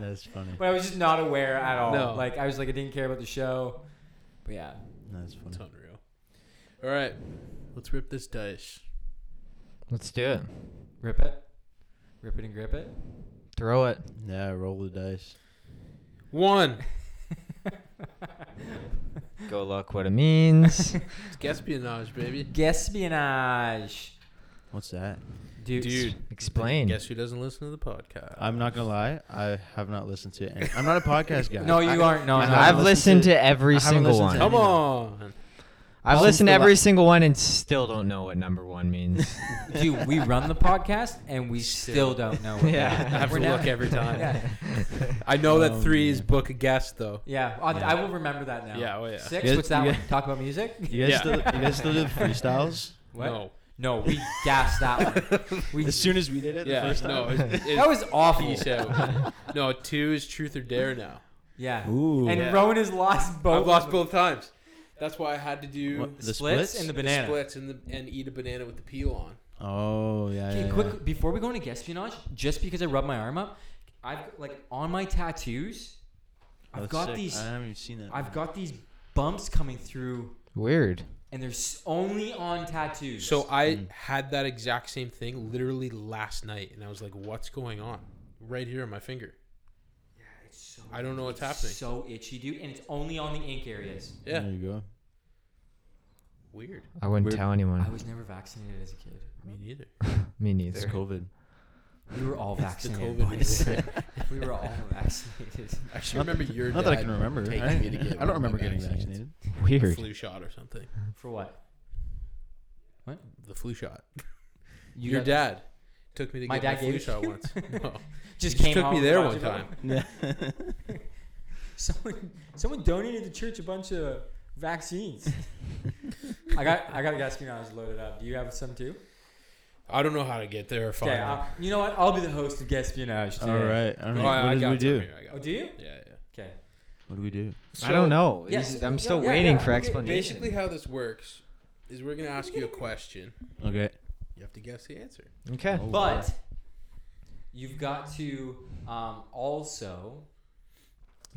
That's funny.
but I was just not aware at all.
No.
Like I was like, I didn't care about the show. But yeah,
That's funny.
It's unreal. All right, let's rip this dice.
Let's do it.
rip it, rip it and grip it.
Throw it.
Yeah, roll the dice.
One.
Go look what it means.
It's espionage, baby.
Espionage,
What's that?
dude.
Dude,
Explain.
guess who doesn't listen to the podcast?
I'm not gonna lie. I have not listened to it. I'm not a podcast guy.
No, you
I,
aren't. No,
I
no.
I've
haven't
listened
listened
to every
I haven't
single
listened
one.
to
Come on.
I've
Since
listened to
the
every
la-
single one and still don't know what number one means.
Dude, we run the podcast and we still don't know. What
Yeah.
that-
I have
we're
to
never-
look every time.
Yeah,
I know that
Oh,
three is
man.
book a guest though.
yeah. I, I will remember that now.
oh yeah.
Six.
You guys-
what's that
you
one? Talk about music.
You guys,
Yeah.
still, you guys still do the freestyles?
What?
No.
No, we gassed that one. We
As soon as we did it, the
Yeah.
first time.
No. It's, it's
that was awful.
Oh.
peace out. No, two is truth or dare now.
Yeah.
Ooh.
And
Yeah.
Rowan has lost both.
I've lost both times. That's why I had to do
What,
the splits, and the banana.
splits and, the, and eat a banana with the peel on.
Oh yeah.
Okay,
yeah,
quick
yeah.
before we go into espionage, just because I rubbed my arm up, I've like on my tattoos, I've
That's
got
sick.
these.
I haven't even seen that.
I've got these bumps coming through,
Weird.
and they're s- only on tattoos.
So I
Mm.
had that exact same thing literally last night, and I was like, "What's going on?" Right here on my finger.
It's so
I don't know what's
it's
happening.
So itchy, dude, and it's only on the ink areas.
Yeah,
There you go.
weird.
I wouldn't
Weird.
tell
I
anyone.
was never vaccinated as a kid.
Me neither.
Me
It's
neither.
COVID.
We were all
It's the
vaccinated.
COVID.
boys.
news.
we were all vaccinated.
I should remember your dad
Not that I can remember. I,
taking me to get
I
one
don't
of
remember
my
getting
vaccines.
vaccinated.
the
Weird.
flu shot or something.
For what?
The flu shot.
You
your
got-
dad took me to
My
get the flu
dad gave it
shot
to you?
once. No.
just
He
came
took
home
me
with a
there
bunch
one
of-
time.
Someone, someone donated to church a bunch of vaccines. I got, I got a gas can. I was loaded up. Do you have some too?
I don't know how to get there. Fine.
Okay, I'll- you know what? I'll be the host of Gaspionage.
All right. I don't know.
Oh, I- I
what did
got
we do?
some here, I got
Oh, do you?
some. Yeah, yeah.
Okay.
What did we do?
I don't know.
Yes.
He's- I'm still
Yeah, yeah,
waiting
yeah.
for
Okay,
explanation.
Basically, how this works is we're gonna ask you a question.
Okay.
You have to guess the answer.
okay.
Oh,
But you've got to um, also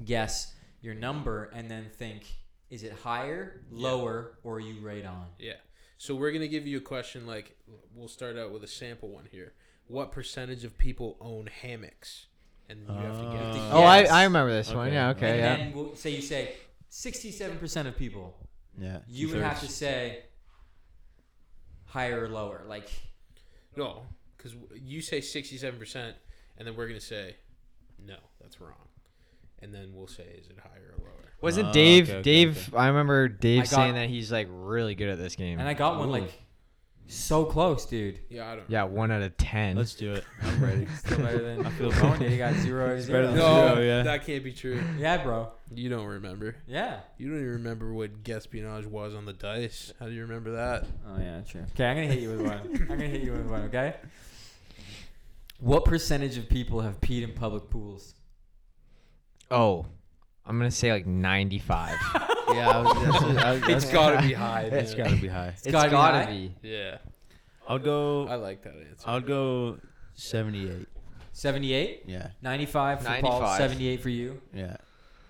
guess your number and then think: is it higher, lower, or are you right on?
Yeah. So we're gonna give you a question. Like, we'll start out with a sample one here. What percentage of people own hammocks? And you have to guess.
Uh,
Oh, I,
Yes.
I remember this one.
Okay.
Yeah. Okay.
and
Yeah.
then we'll say you say sixty-seven percent of people.
Yeah.
You would have to
two-thirds.
say higher or lower, like
No, because you say sixty-seven percent, and then we're gonna say, no, that's wrong. And then we'll say, is it higher or lower?
Wasn't
Oh,
Dave?
okay, okay,
Dave. I remember Dave
I got-
saying that he's like really good at this game.
And I got one like so close, dude.
Yeah, I don't.
yeah, one out of 10
Let's do it. I'm ready.
Still better than
I feel
Rowan did. He got zero out of
better
zero.
than
No,
Zero, yeah.
that can't be true.
Yeah, bro.
You don't remember.
Yeah.
You don't even remember what Gaspionage was on the dice. How do you remember that?
Oh yeah, true. Okay, I'm gonna hit you with one. I'm gonna hit you with one. Okay. What percentage of people have peed in public pools?
Oh, I'm gonna say like 95.
yeah. I was, that's, I, was-
It's
that's-
gotta be high.
It's
man.
gotta be high.
it's
gotta
gotta,
be high.
be.
Yeah,
I'll go.
I like that answer.
I'll go. Seventy-eight.
78,
Yeah.
95 for Paul,
95.
78 for you,
Yeah.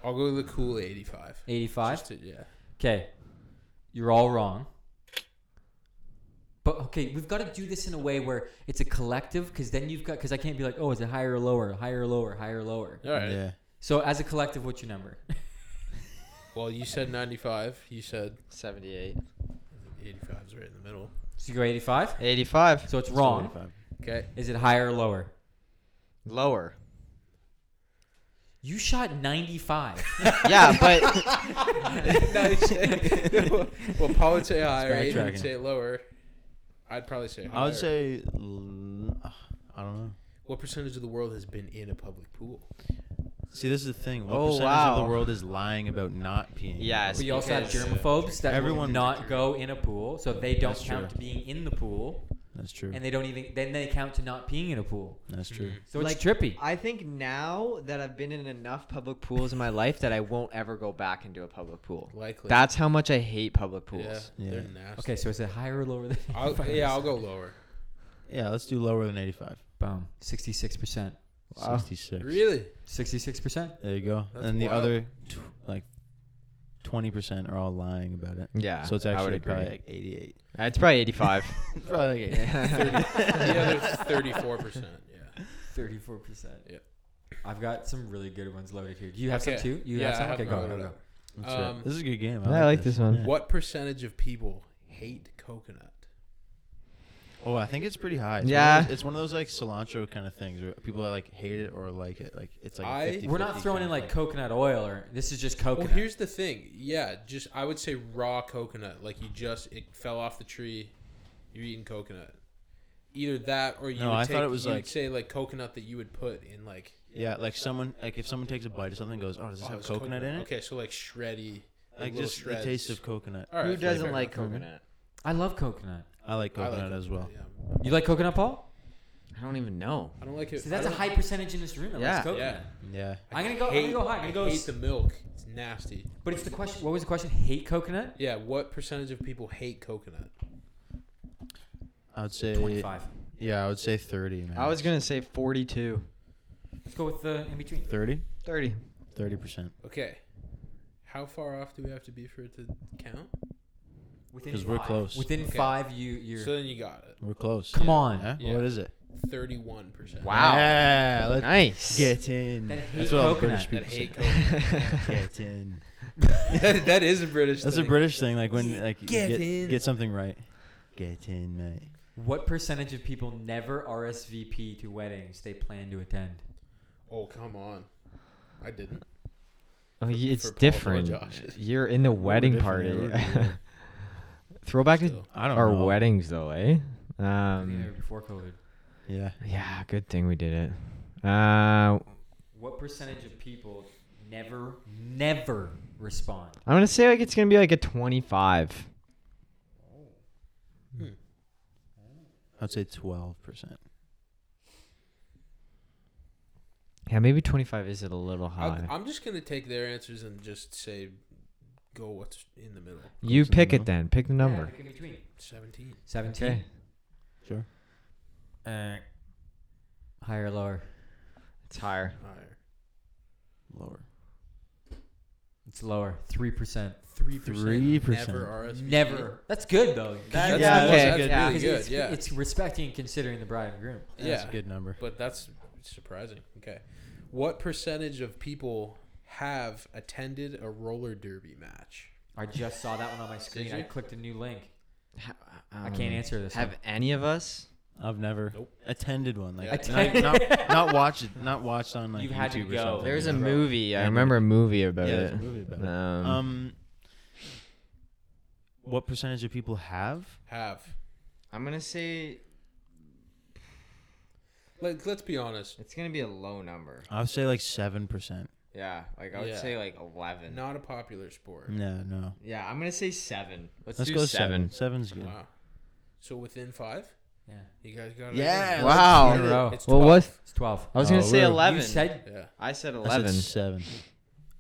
I'll go with the cool eighty-five.
85.
Just to- yeah.
Okay, you're all wrong. But okay, we've got to do this in a way where it's a collective, because then you've got because I can't be like, oh, is it higher or lower, higher or lower, higher or lower.
All right.
Yeah.
So as a collective, what's your number?
Well, you said 95. You said
78.
85 is right in the middle.
So you go 85.
85.
So it's wrong.
75.
Okay.
Is it higher or lower?
Lower.
You shot 95.
Yeah, but
well, Paul would say higher.
It's
Aiden would
backtracking.
say lower. I'd probably say higher.
I would say. l- I don't know.
What percentage of the world has been in a public pool?
See, this is the thing. What
Oh,
percentage of
wow.
the world is lying about not peeing?
Yes.
We also have
because-
germaphobes that
Everyone-
will not go in a pool, so they don't
That's
count
true.
to being in the pool.
That's true.
and they don't even then they count to not peeing in a pool.
That's true.
So it's
Like,
trippy.
I think now that I've been in enough public pools in my life that I won't ever go back into a public pool.
Likely.
That's how much I hate public pools.
yeah,
Yeah.
They're nasty.
Okay, so is it higher or lower than?
I'll,
85%?
yeah, I'll go lower.
Yeah, let's do lower than 85.
Boom. Sixty-six percent.
Wow.
66.
Really?
Sixty-six percent.
There you go.
That's
and the
wild.
other, tw- like, 20% are all lying about it.
Yeah.
So it's
I would
actually
agree.
probably like 88.
Uh, It's probably 85.
probably like 88.
The other 34%. Yeah.
Thirty-four percent.
Yeah.
I've got some really good ones loaded here. Do you have
Okay.
some too? You
Yeah,
have some.
I have
okay, go,
mine
go,
loaded
go.
up.
That's it.
Um,
this is a good game.
I like this one.
Yeah.
What percentage of people hate coconut?
Oh, I think it's pretty high. It's One
Yeah.
of those, it's one of those, like, cilantro kind of things where people that, like, hate it or like it. Like, it's like, a
I-
50,
We're not throwing in like coconut oil or this is just coconut.
Well, here's the thing. Yeah, just I would say raw coconut. Like you just it fell off the tree. You're eating coconut. Either that, or you.
No,
would
I
take,
thought it was
you would
like-
say like coconut that you would put in like.
Yeah, like someone, like, if someone takes a bite of something and goes, oh, does this
oh,
have
it's
coconut, in it?
Okay, so like shreddy,
Like, just
shreds.
the taste of coconut.
All right,
Who doesn't
fair
like
enough.
coconut?
I love coconut.
I like
I like
coconut as well.
Yeah.
You like coconut, Paul?
I don't even know.
I don't like it.
See, that's
I
a
don't-
high percentage in this room that
Yeah.
likes coconut.
Yeah.
Yeah.
I
I'm gonna go. I'm
hate-
gonna go high. I'm
I
gonna go.
hate
s-
the milk. It's nasty.
But it's the question. What was the question? Hate coconut?
Yeah. What percentage of people hate coconut?
I would say
Twenty-five.
Yeah, I would say 30, man.
I was going to say 42.
Let's go with the in between.
30?
30.
30%.
Okay. How far off do we have to be for it to count?
Within
'Cause we're
five.
close.
Within
Okay.
five, you you're.
So then you got it.
We're close.
Come on.
Yeah?
Yeah.
What is it?
Thirty-one percent.
Wow.
Yeah, let's
Nice.
get in.
That hate
That's what all
coconut,
British
That
people
hate
say.
coconut.
Get in.
that, that is a British.
That's a
thing.
British thing. Like when like you
Get
get
in.
get something right. Get in, mate.
What percentage of people never RSVP to weddings they plan to attend?
Oh come on, I didn't.
Oh, y- it's
Paul or
different.
Josh.
You're in the wedding
different,
party.
yeah, we're-
Throwback to
So,
I don't
our
know.
weddings, though, eh?
I think they
Um,
were before COVID.
Yeah.
yeah, good thing we did it. Uh,
What percentage of people never never respond?
I'm gonna say like it's gonna be like a 25.
I'd say 12%.
Yeah, maybe 25 is it a little
I,
high.
I'm just gonna take their answers and just say, go what's in the middle.
you
Close in the
pick
middle.
it then. Pick the
Yeah,
number.
like in between.
Seventeen.
Seventeen.
Okay.
Sure.
Uh, higher or lower?
It's higher.
Higher.
Lower.
It's lower. Three percent.
Three percent.
3%.
Never RSVP.
Never. That's good though.
That's,
Yeah,
that's,
okay.
that's
Yeah.
really
'Cause
good.
It's,
yeah.
it's respecting and considering the bride and groom.
That's
yeah.
a good number.
But that's surprising. Okay. What percentage of people have attended a roller derby match?
I just saw that one on my screen.
Did
I
you?
clicked a new link.
Ha-
I
um,
can't answer this.
Have
one.
any of us?
I've never
Nope.
attended one like
Yeah.
Attend-
not, not, not watched it, not watched on like
You've had to
YouTube or
go.
something.
There's
yeah.
a movie. I
Yeah.
remember a movie about
Yeah,
it.
there's a movie about it.
Um,
Um, what percentage of people have?
Have.
I'm gonna say
Let, let's be honest.
it's gonna be a low number.
I would say like seven percent.
Yeah, like
I would Yeah. say,
like 11.
Not a popular sport.
No, no.
Yeah, I'm gonna say seven.
Let's go seven. Seven's good.
Wow. So within five,
yeah.
you guys got it.
Yeah.
again.
Wow.
let's get it.
Bro.
It's
Well,
12.
what?
It's twelve.
I was
Oh,
gonna say
we're- you
eleven.
You said
Yeah.
I said
I said
eleven.
seven.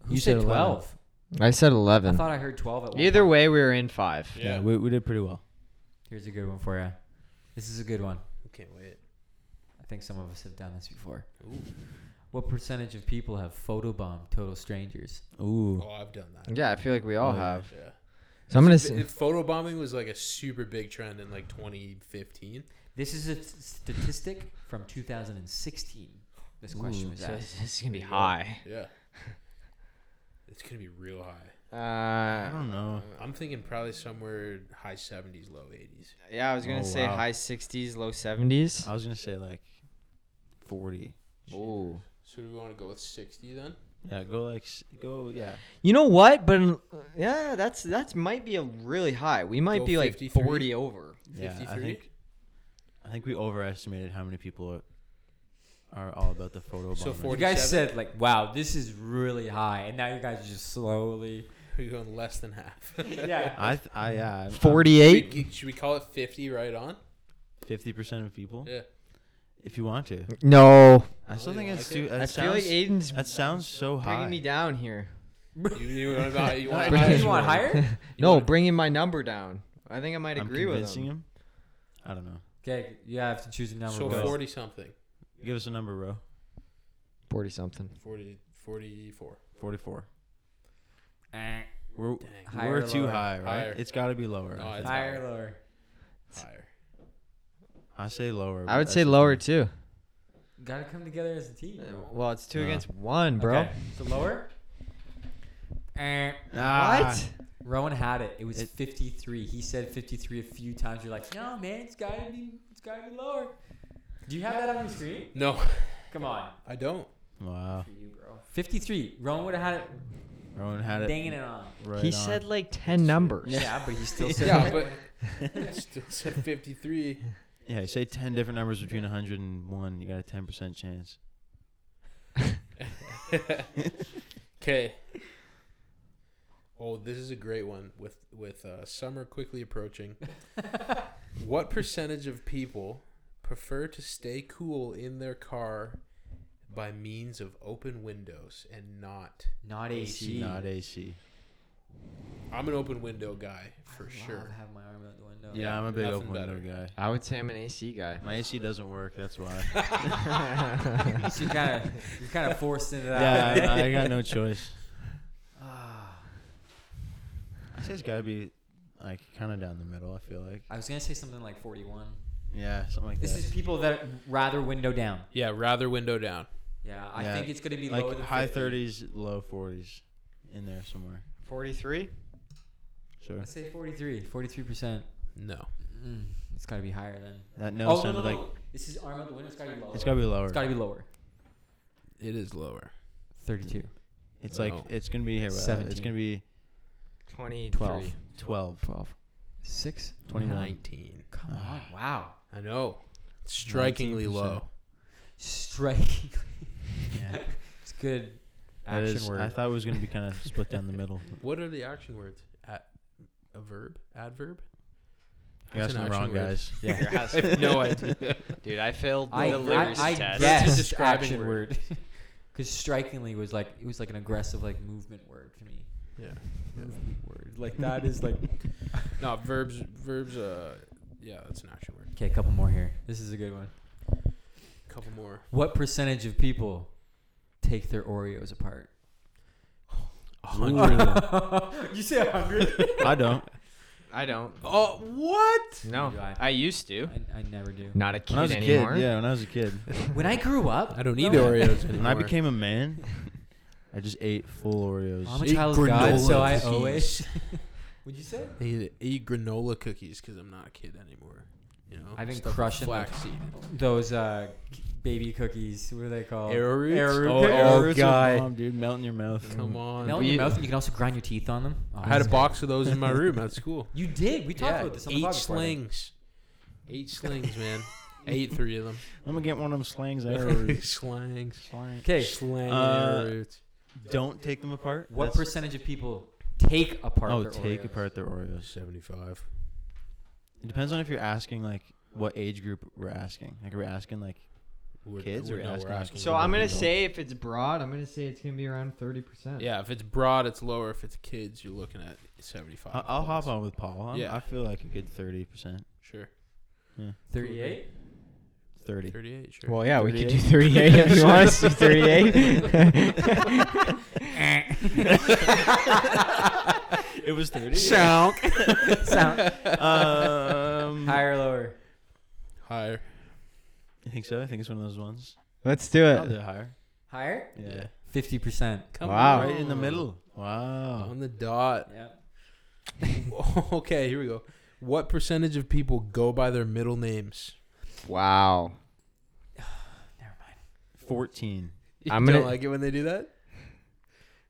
who
You
said,
said 11.
twelve?
I said
I
eleven.
thought I heard twelve at one
Either
point.
way, we were in five.
Yeah, we, we did pretty well.
Here's a good one for you. This is a good one.
Can't wait.
I think some of us have done this before.
Ooh.
What percentage of people have photobombed total strangers?
Ooh.
Oh, I've done that.
Yeah, I feel like we all
Oh, yeah.
have.
Yeah.
So I'm gonna
If-
say
if photo bombing was like a super big trend in like 2015.
This is a t- statistic from 2016. This question was
so
asked.
this is gonna be high.
Yeah. It's gonna be real high.
I
Uh,
don't know.
I'm thinking probably somewhere high 70s, low 80s.
yeah, I was gonna
Oh,
say
wow.
high sixties, low seventies.
Oh,
I was gonna say like forty.
Ooh.
So do we want to go with 60 then?
Yeah, go like s- go. Yeah.
You know what? But uh, yeah, that's that's might be a really high. We might
Go
be like
53?
forty over.
Yeah. I
53?
think. I think we overestimated how many people are, are all about the photo
So
bombing.
You
40
guys
47?
said like, "Wow, this is really high," and now you guys are just slowly.
We're going less than half.
yeah.
I th- I yeah. I'm- I'm-
Forty-eight.
Should we call it 50 right on?
fifty percent of people
Yeah.
if you want to.
No.
I still
you
think
don't
it's
like
too.
it?
That
I feel like
sounds,
Aiden's
that sounds so high.
bringing me down here.
You, you want about, you want
Bring
higher?
it-
you want higher?
No, bringing my number down. I think I might
I'm
agree with
convincing
him.
him. I don't know.
Okay, you have to choose a number.
So
guys.
40 something.
Give us a number, bro.
Forty something.
40, 44.
Forty-four.
Eh,
We're
Higher
we're
or
too
lower?
higher, right?
Higher.
It's got to be lower.
No, it's-
I, think.
higher, or lower.
Higher.
I say lower.
I
but
would say
that's the
lower
thing.
too.
Gotta come together as a team.
Well, it's two
No.
against one, bro.
Okay, so lower. Eh,
Ah.
Rowan had it. It was 53. He said 53 a few times. You're like, no, man, it's gotta be, it's gotta be lower. Do you have that on your screen?
No,
Come on.
I don't.
Wow.
For you, bro. 53. Rowan would have had it.
Rowan had it.
Danging it on.
Right
he
on.
said like 10 numbers.
Yeah, but he still said.
Yeah, but it still said 53.
Yeah, you say ten different numbers between hundred and one, you got a ten percent chance.
Okay. Oh, this is a great one with with uh, summer quickly approaching. what percentage of people prefer to stay cool in their car by means of open windows and not?
Not AC.
Not AC.
I'm an open window guy for
Wow,
sure.
I have my arm out the window.
Yeah, I'm a big
nothing
open window guy.
I would say I'm an AC guy.
My AC doesn't work. That's why.
so you kind of, you kind of forced into that.
yeah, I, I got no choice.
Ah,
I say it's gotta be like kind of down the middle. I feel like.
I was gonna say something like 41.
Yeah, something like
This
that.
is people that rather window down.
Yeah, rather window down.
Yeah, I
Yeah,
think it's gonna be lower
like
than
high
50.
thirties, low forties, in there somewhere.
Forty-three.
Sure.
Let's say 43, 43 percent.
No.
Mm, it's gotta be higher then.
That no
oh no,
sounded
no, no.
like
This is arm out the window. It's gotta be lower.
it's gotta be lower.
It's gotta be lower.
It is lower.
32.
It's like
No.
it's gonna be here. Seven. It's
17.
gonna be
Twenty-three.
12.
12,
12. Six.
21.
19.
Come
Ah.
on. Wow.
I know. Strikingly
19%.
low.
Striking.
Yeah.
It's good.
That
Action
is-
word.
I thought it was gonna be kind of split down the middle.
What are the action words? At a verb? Adverb?
You
That's an
asked the
action
wrong
word.
guys.
I
Yeah.
have no idea. Dude, I failed the
I, I,
literacy
I
test.
That's a
guessed
describing
action
word.
word. Because strikingly was like it was like an aggressive like movement word to me.
Yeah.
Movement word. Like that is like.
No, verbs. Verbs. Uh, yeah, that's an action word.
Okay, a couple more here. This is a good one.
Couple more.
What percentage of people take their Oreos apart? you say a hundred?
I don't.
I don't.
Oh, what?
No,
do I.
I used to.
I, I never do.
Not a kid
When I was a
anymore.
kid, yeah. When I was a kid,
When I grew up,
I don't need Oreos
when I became a man, I just ate full Oreos.
I'm a
Eat
child of God, so
granola
I
cookies.
always. Would you say?
They eat granola cookies because I'm not a kid anymore. You know,
I've been
stuff with
crushing them.
flaxseed.
Those uh, baby cookies. What are they called?
Arrowroots?
Arrowroot
Oh,
cookies.
oh,
Arrowroots
God,
with mom.
dude, melt in your mouth.
Come on,
Melt in your mouth. You can also grind your teeth on them. Oh,
I had a
that's-
box of those in my room. That's cool.
You did. We talked about this on the
eight
podcast. before, I think.
slings, eight slings, man. I ate three of them.
I'm gonna get one of them slangs. Arrowroots.
slings,
Slang.
Okay.
slang
Uh,
arrowroots.
Don't take them apart.
What
That's-
percentage of people take apart?
Oh,
their
take
Oreos?
apart their Oreos.
Seventy-five.
It depends on if you're asking like what age group we're asking. Like, are we asking like
We're-
Kids
we're,
are
no, we're
asking
asking
us.
So I'm gonna
adults.
say if it's broad, I'm gonna say it's gonna be around thirty percent.
Yeah, if it's broad, it's lower. If it's kids, you're looking at seventy-five.
I- I'll hop
plus.
on with Paul. i
Yeah.
I feel like a good thirty percent.
Sure.
Thirty-eight.
Mm-hmm.
Thirty.
Thirty-eight. Sure.
Well, yeah, we could do 38 if you want us to do 38.
It was thirty.
Sound. Sound.
um,
Higher, or lower.
Higher.
You think so? I think it's one of those ones.
Let's do
I'll
it.
do higher.
Higher.
Yeah.
Fifty percent.
Come
Wow.
Right in the middle. Wow.
On the dot.
Yeah.
okay, here we go. What percentage of people go by their middle names?
Wow.
Never mind.
Fourteen.
You
I'm
don't
gonna-
like it when they do that.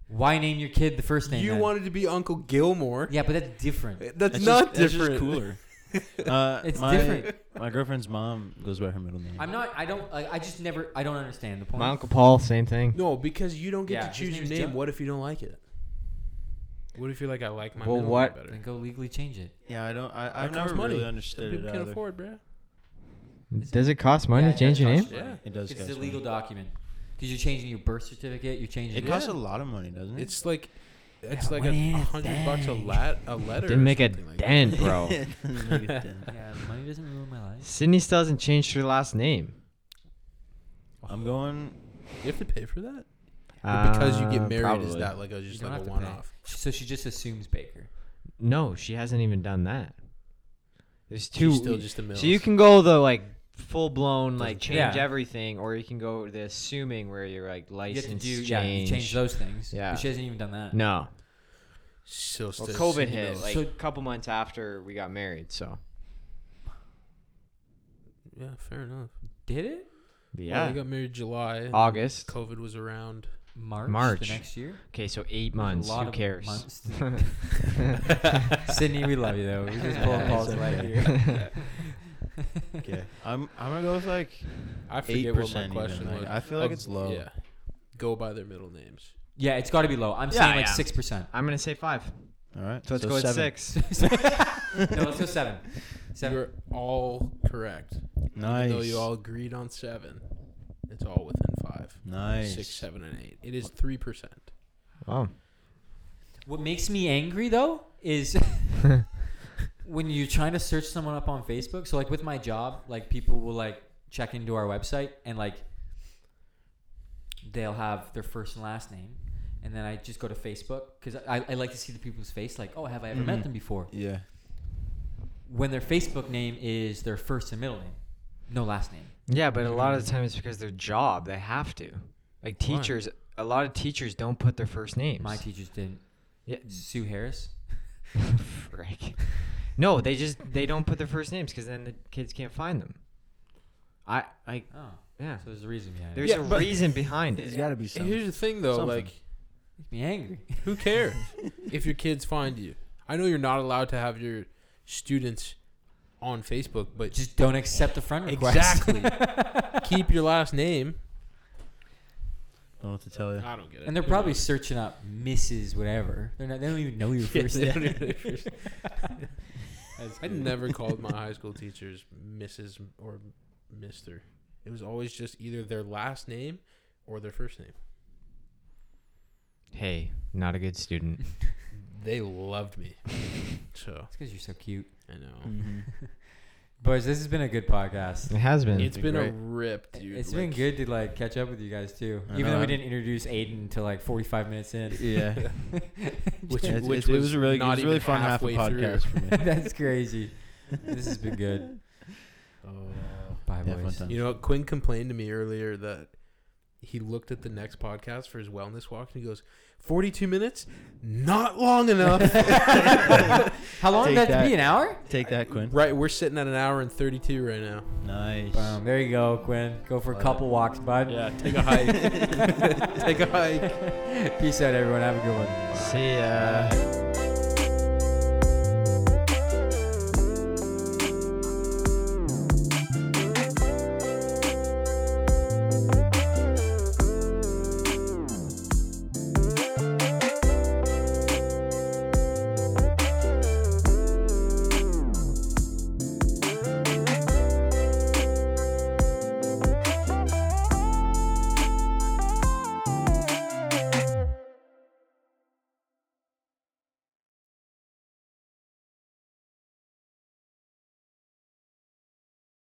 Why name your kid the first name?
you
then?
wanted to be Uncle Gilmore.
Yeah, but that's different.
That's, not
just,
different.
That's just cooler. uh,
It's
my,
different.
My girlfriend's mom goes by her middle name.
I'm not. I don't. Like, I just never. I don't understand the point.
My uncle Paul, same thing.
No, because you don't get to
Yeah, his
choose
name
your
is
name.
Jim.
What if you don't like it? What if you're like, I like my
Well,
middle
what-
name better?
Then go legally change it.
yeah, I don't. I,
That
I've
costs
never
money.
really
Some
understood
people
it
can't
either.
afford, bruh.
Does it cost money
Yeah,
to
it
change
does
your name?
cost
Yeah.
money.
It does.
It's
cost
a legal
money.
document because you're changing your birth certificate. You're changing.
It
your-
costs a lot of money, doesn't it?
It's like it's
Yeah,
like a
what if
hundred bucks a
they-
lat a letter.
Didn't
or
make a
something like that.
dent, bro.
yeah, money doesn't ruin my life.
Sydney still hasn't changed her last name.
I'm going.
You have to pay for that. Or because you
Uh,
get married, is
probably.
that like a
You
just
don't
like a
have to
one
pay.
off?
So she just assumes Baker.
No, she hasn't even done that. There's two.
She's still just a
so you
Mills.
can go the like full blown like change
Yeah.
everything, or you can go the assuming where you're like
You have to
license
do
change.
yeah, you change those things.
Yeah.
but she hasn't even done that.
No,
So
well,
still
COVID
Sydney
hit
Mills.
like
So-
a couple months after we got married. So
yeah, fair enough.
Did it?
Yeah,
yeah,
well, they got married July. and
August.
COVID was around.
March.
March.
The next year.
Okay, so eight
There's
months.
A lot
Who
of
cares?
months to- Sydney, we love you though. We just pull
Yeah,
calls
it's
right
okay.
here.
Okay, I'm. I'm gonna go with like
I
eight
forget what my
percent.
question was.
I feel like
Of-
it's low.
Yeah, go by their middle names.
Yeah, it's got to be low. I'm
Yeah,
saying like
yeah.
six percent.
I'm gonna say five.
All right.
So let's go
seven.
with six.
No, let's go seven. Seven.
You're all correct.
Nice.
Even though you all agreed on seven, it's all within five,
nice.
six, seven, and eight. It is three percent.
Wow.
What makes me angry though is when you're trying to search someone up on Facebook. So like with my job, like people will like check into our website and like they'll have their first and last name, and then I just go to Facebook because I, I like to see the people's face. Like, oh, have I ever met
Mhm.
them before?
Yeah.
When their Facebook name is their first and middle name, no last name.
Yeah, but a lot of the time it's because their job they have to. Like
Why?
teachers, a lot of teachers don't put their first names.
My teachers didn't.
yeah,
Sue Harris.
frick. No, they just they don't put their first names because then the kids can't find them. I like
Oh,
yeah.
so there's a reason behind it.
There's a reason behind it.
got to be
Here's the thing, though.
Something.
Like,
Makes me angry.
who cares if your kids find you? I know you're not allowed to have your students on Facebook, but
Just don't accept a friend request.
exactly keep your last name.
Don't know what to tell you.
I don't get it.
And they're probably searching up Mrs. Whatever. They're not. They don't even know your
Yeah,
first
they
name.
don't even know your first I never called my high school teachers Mrs. or Mister. It was always just either their last name or their first name.
Hey, not a good student.
They loved me, so
It's because you're so cute,
I know.
Mm. Mm-hmm.
boys. This has been a good podcast.
It has been.
It's been a
great.
rip, dude.
it's been
Like,
good to like catch up with you guys too.
I
Even
know,
though we
I'm-
didn't introduce Aiden until like 45 minutes in.
Yeah.
Which,
It's-
which
it's- it was a really, it
not
was a really
even
fun half a
halfway through.
podcast for me.
That's crazy. This has been good. Bye,
Yeah, fun
boys.
time.
Oh. You know, what? Quinn complained to me earlier that he looked at the next podcast for his wellness walk and he goes, 42 minutes? Not long enough.
How long did that,
Take
to
that.
be? An hour?
Take that, Quinn.
right, we're sitting at an hour and 32 right now.
Nice.
Boom. There you go, Quinn. Go for a couple walks, bud.
Um, Yeah, take a hike. take a hike.
Peace out, everyone. Have a good one.
See ya.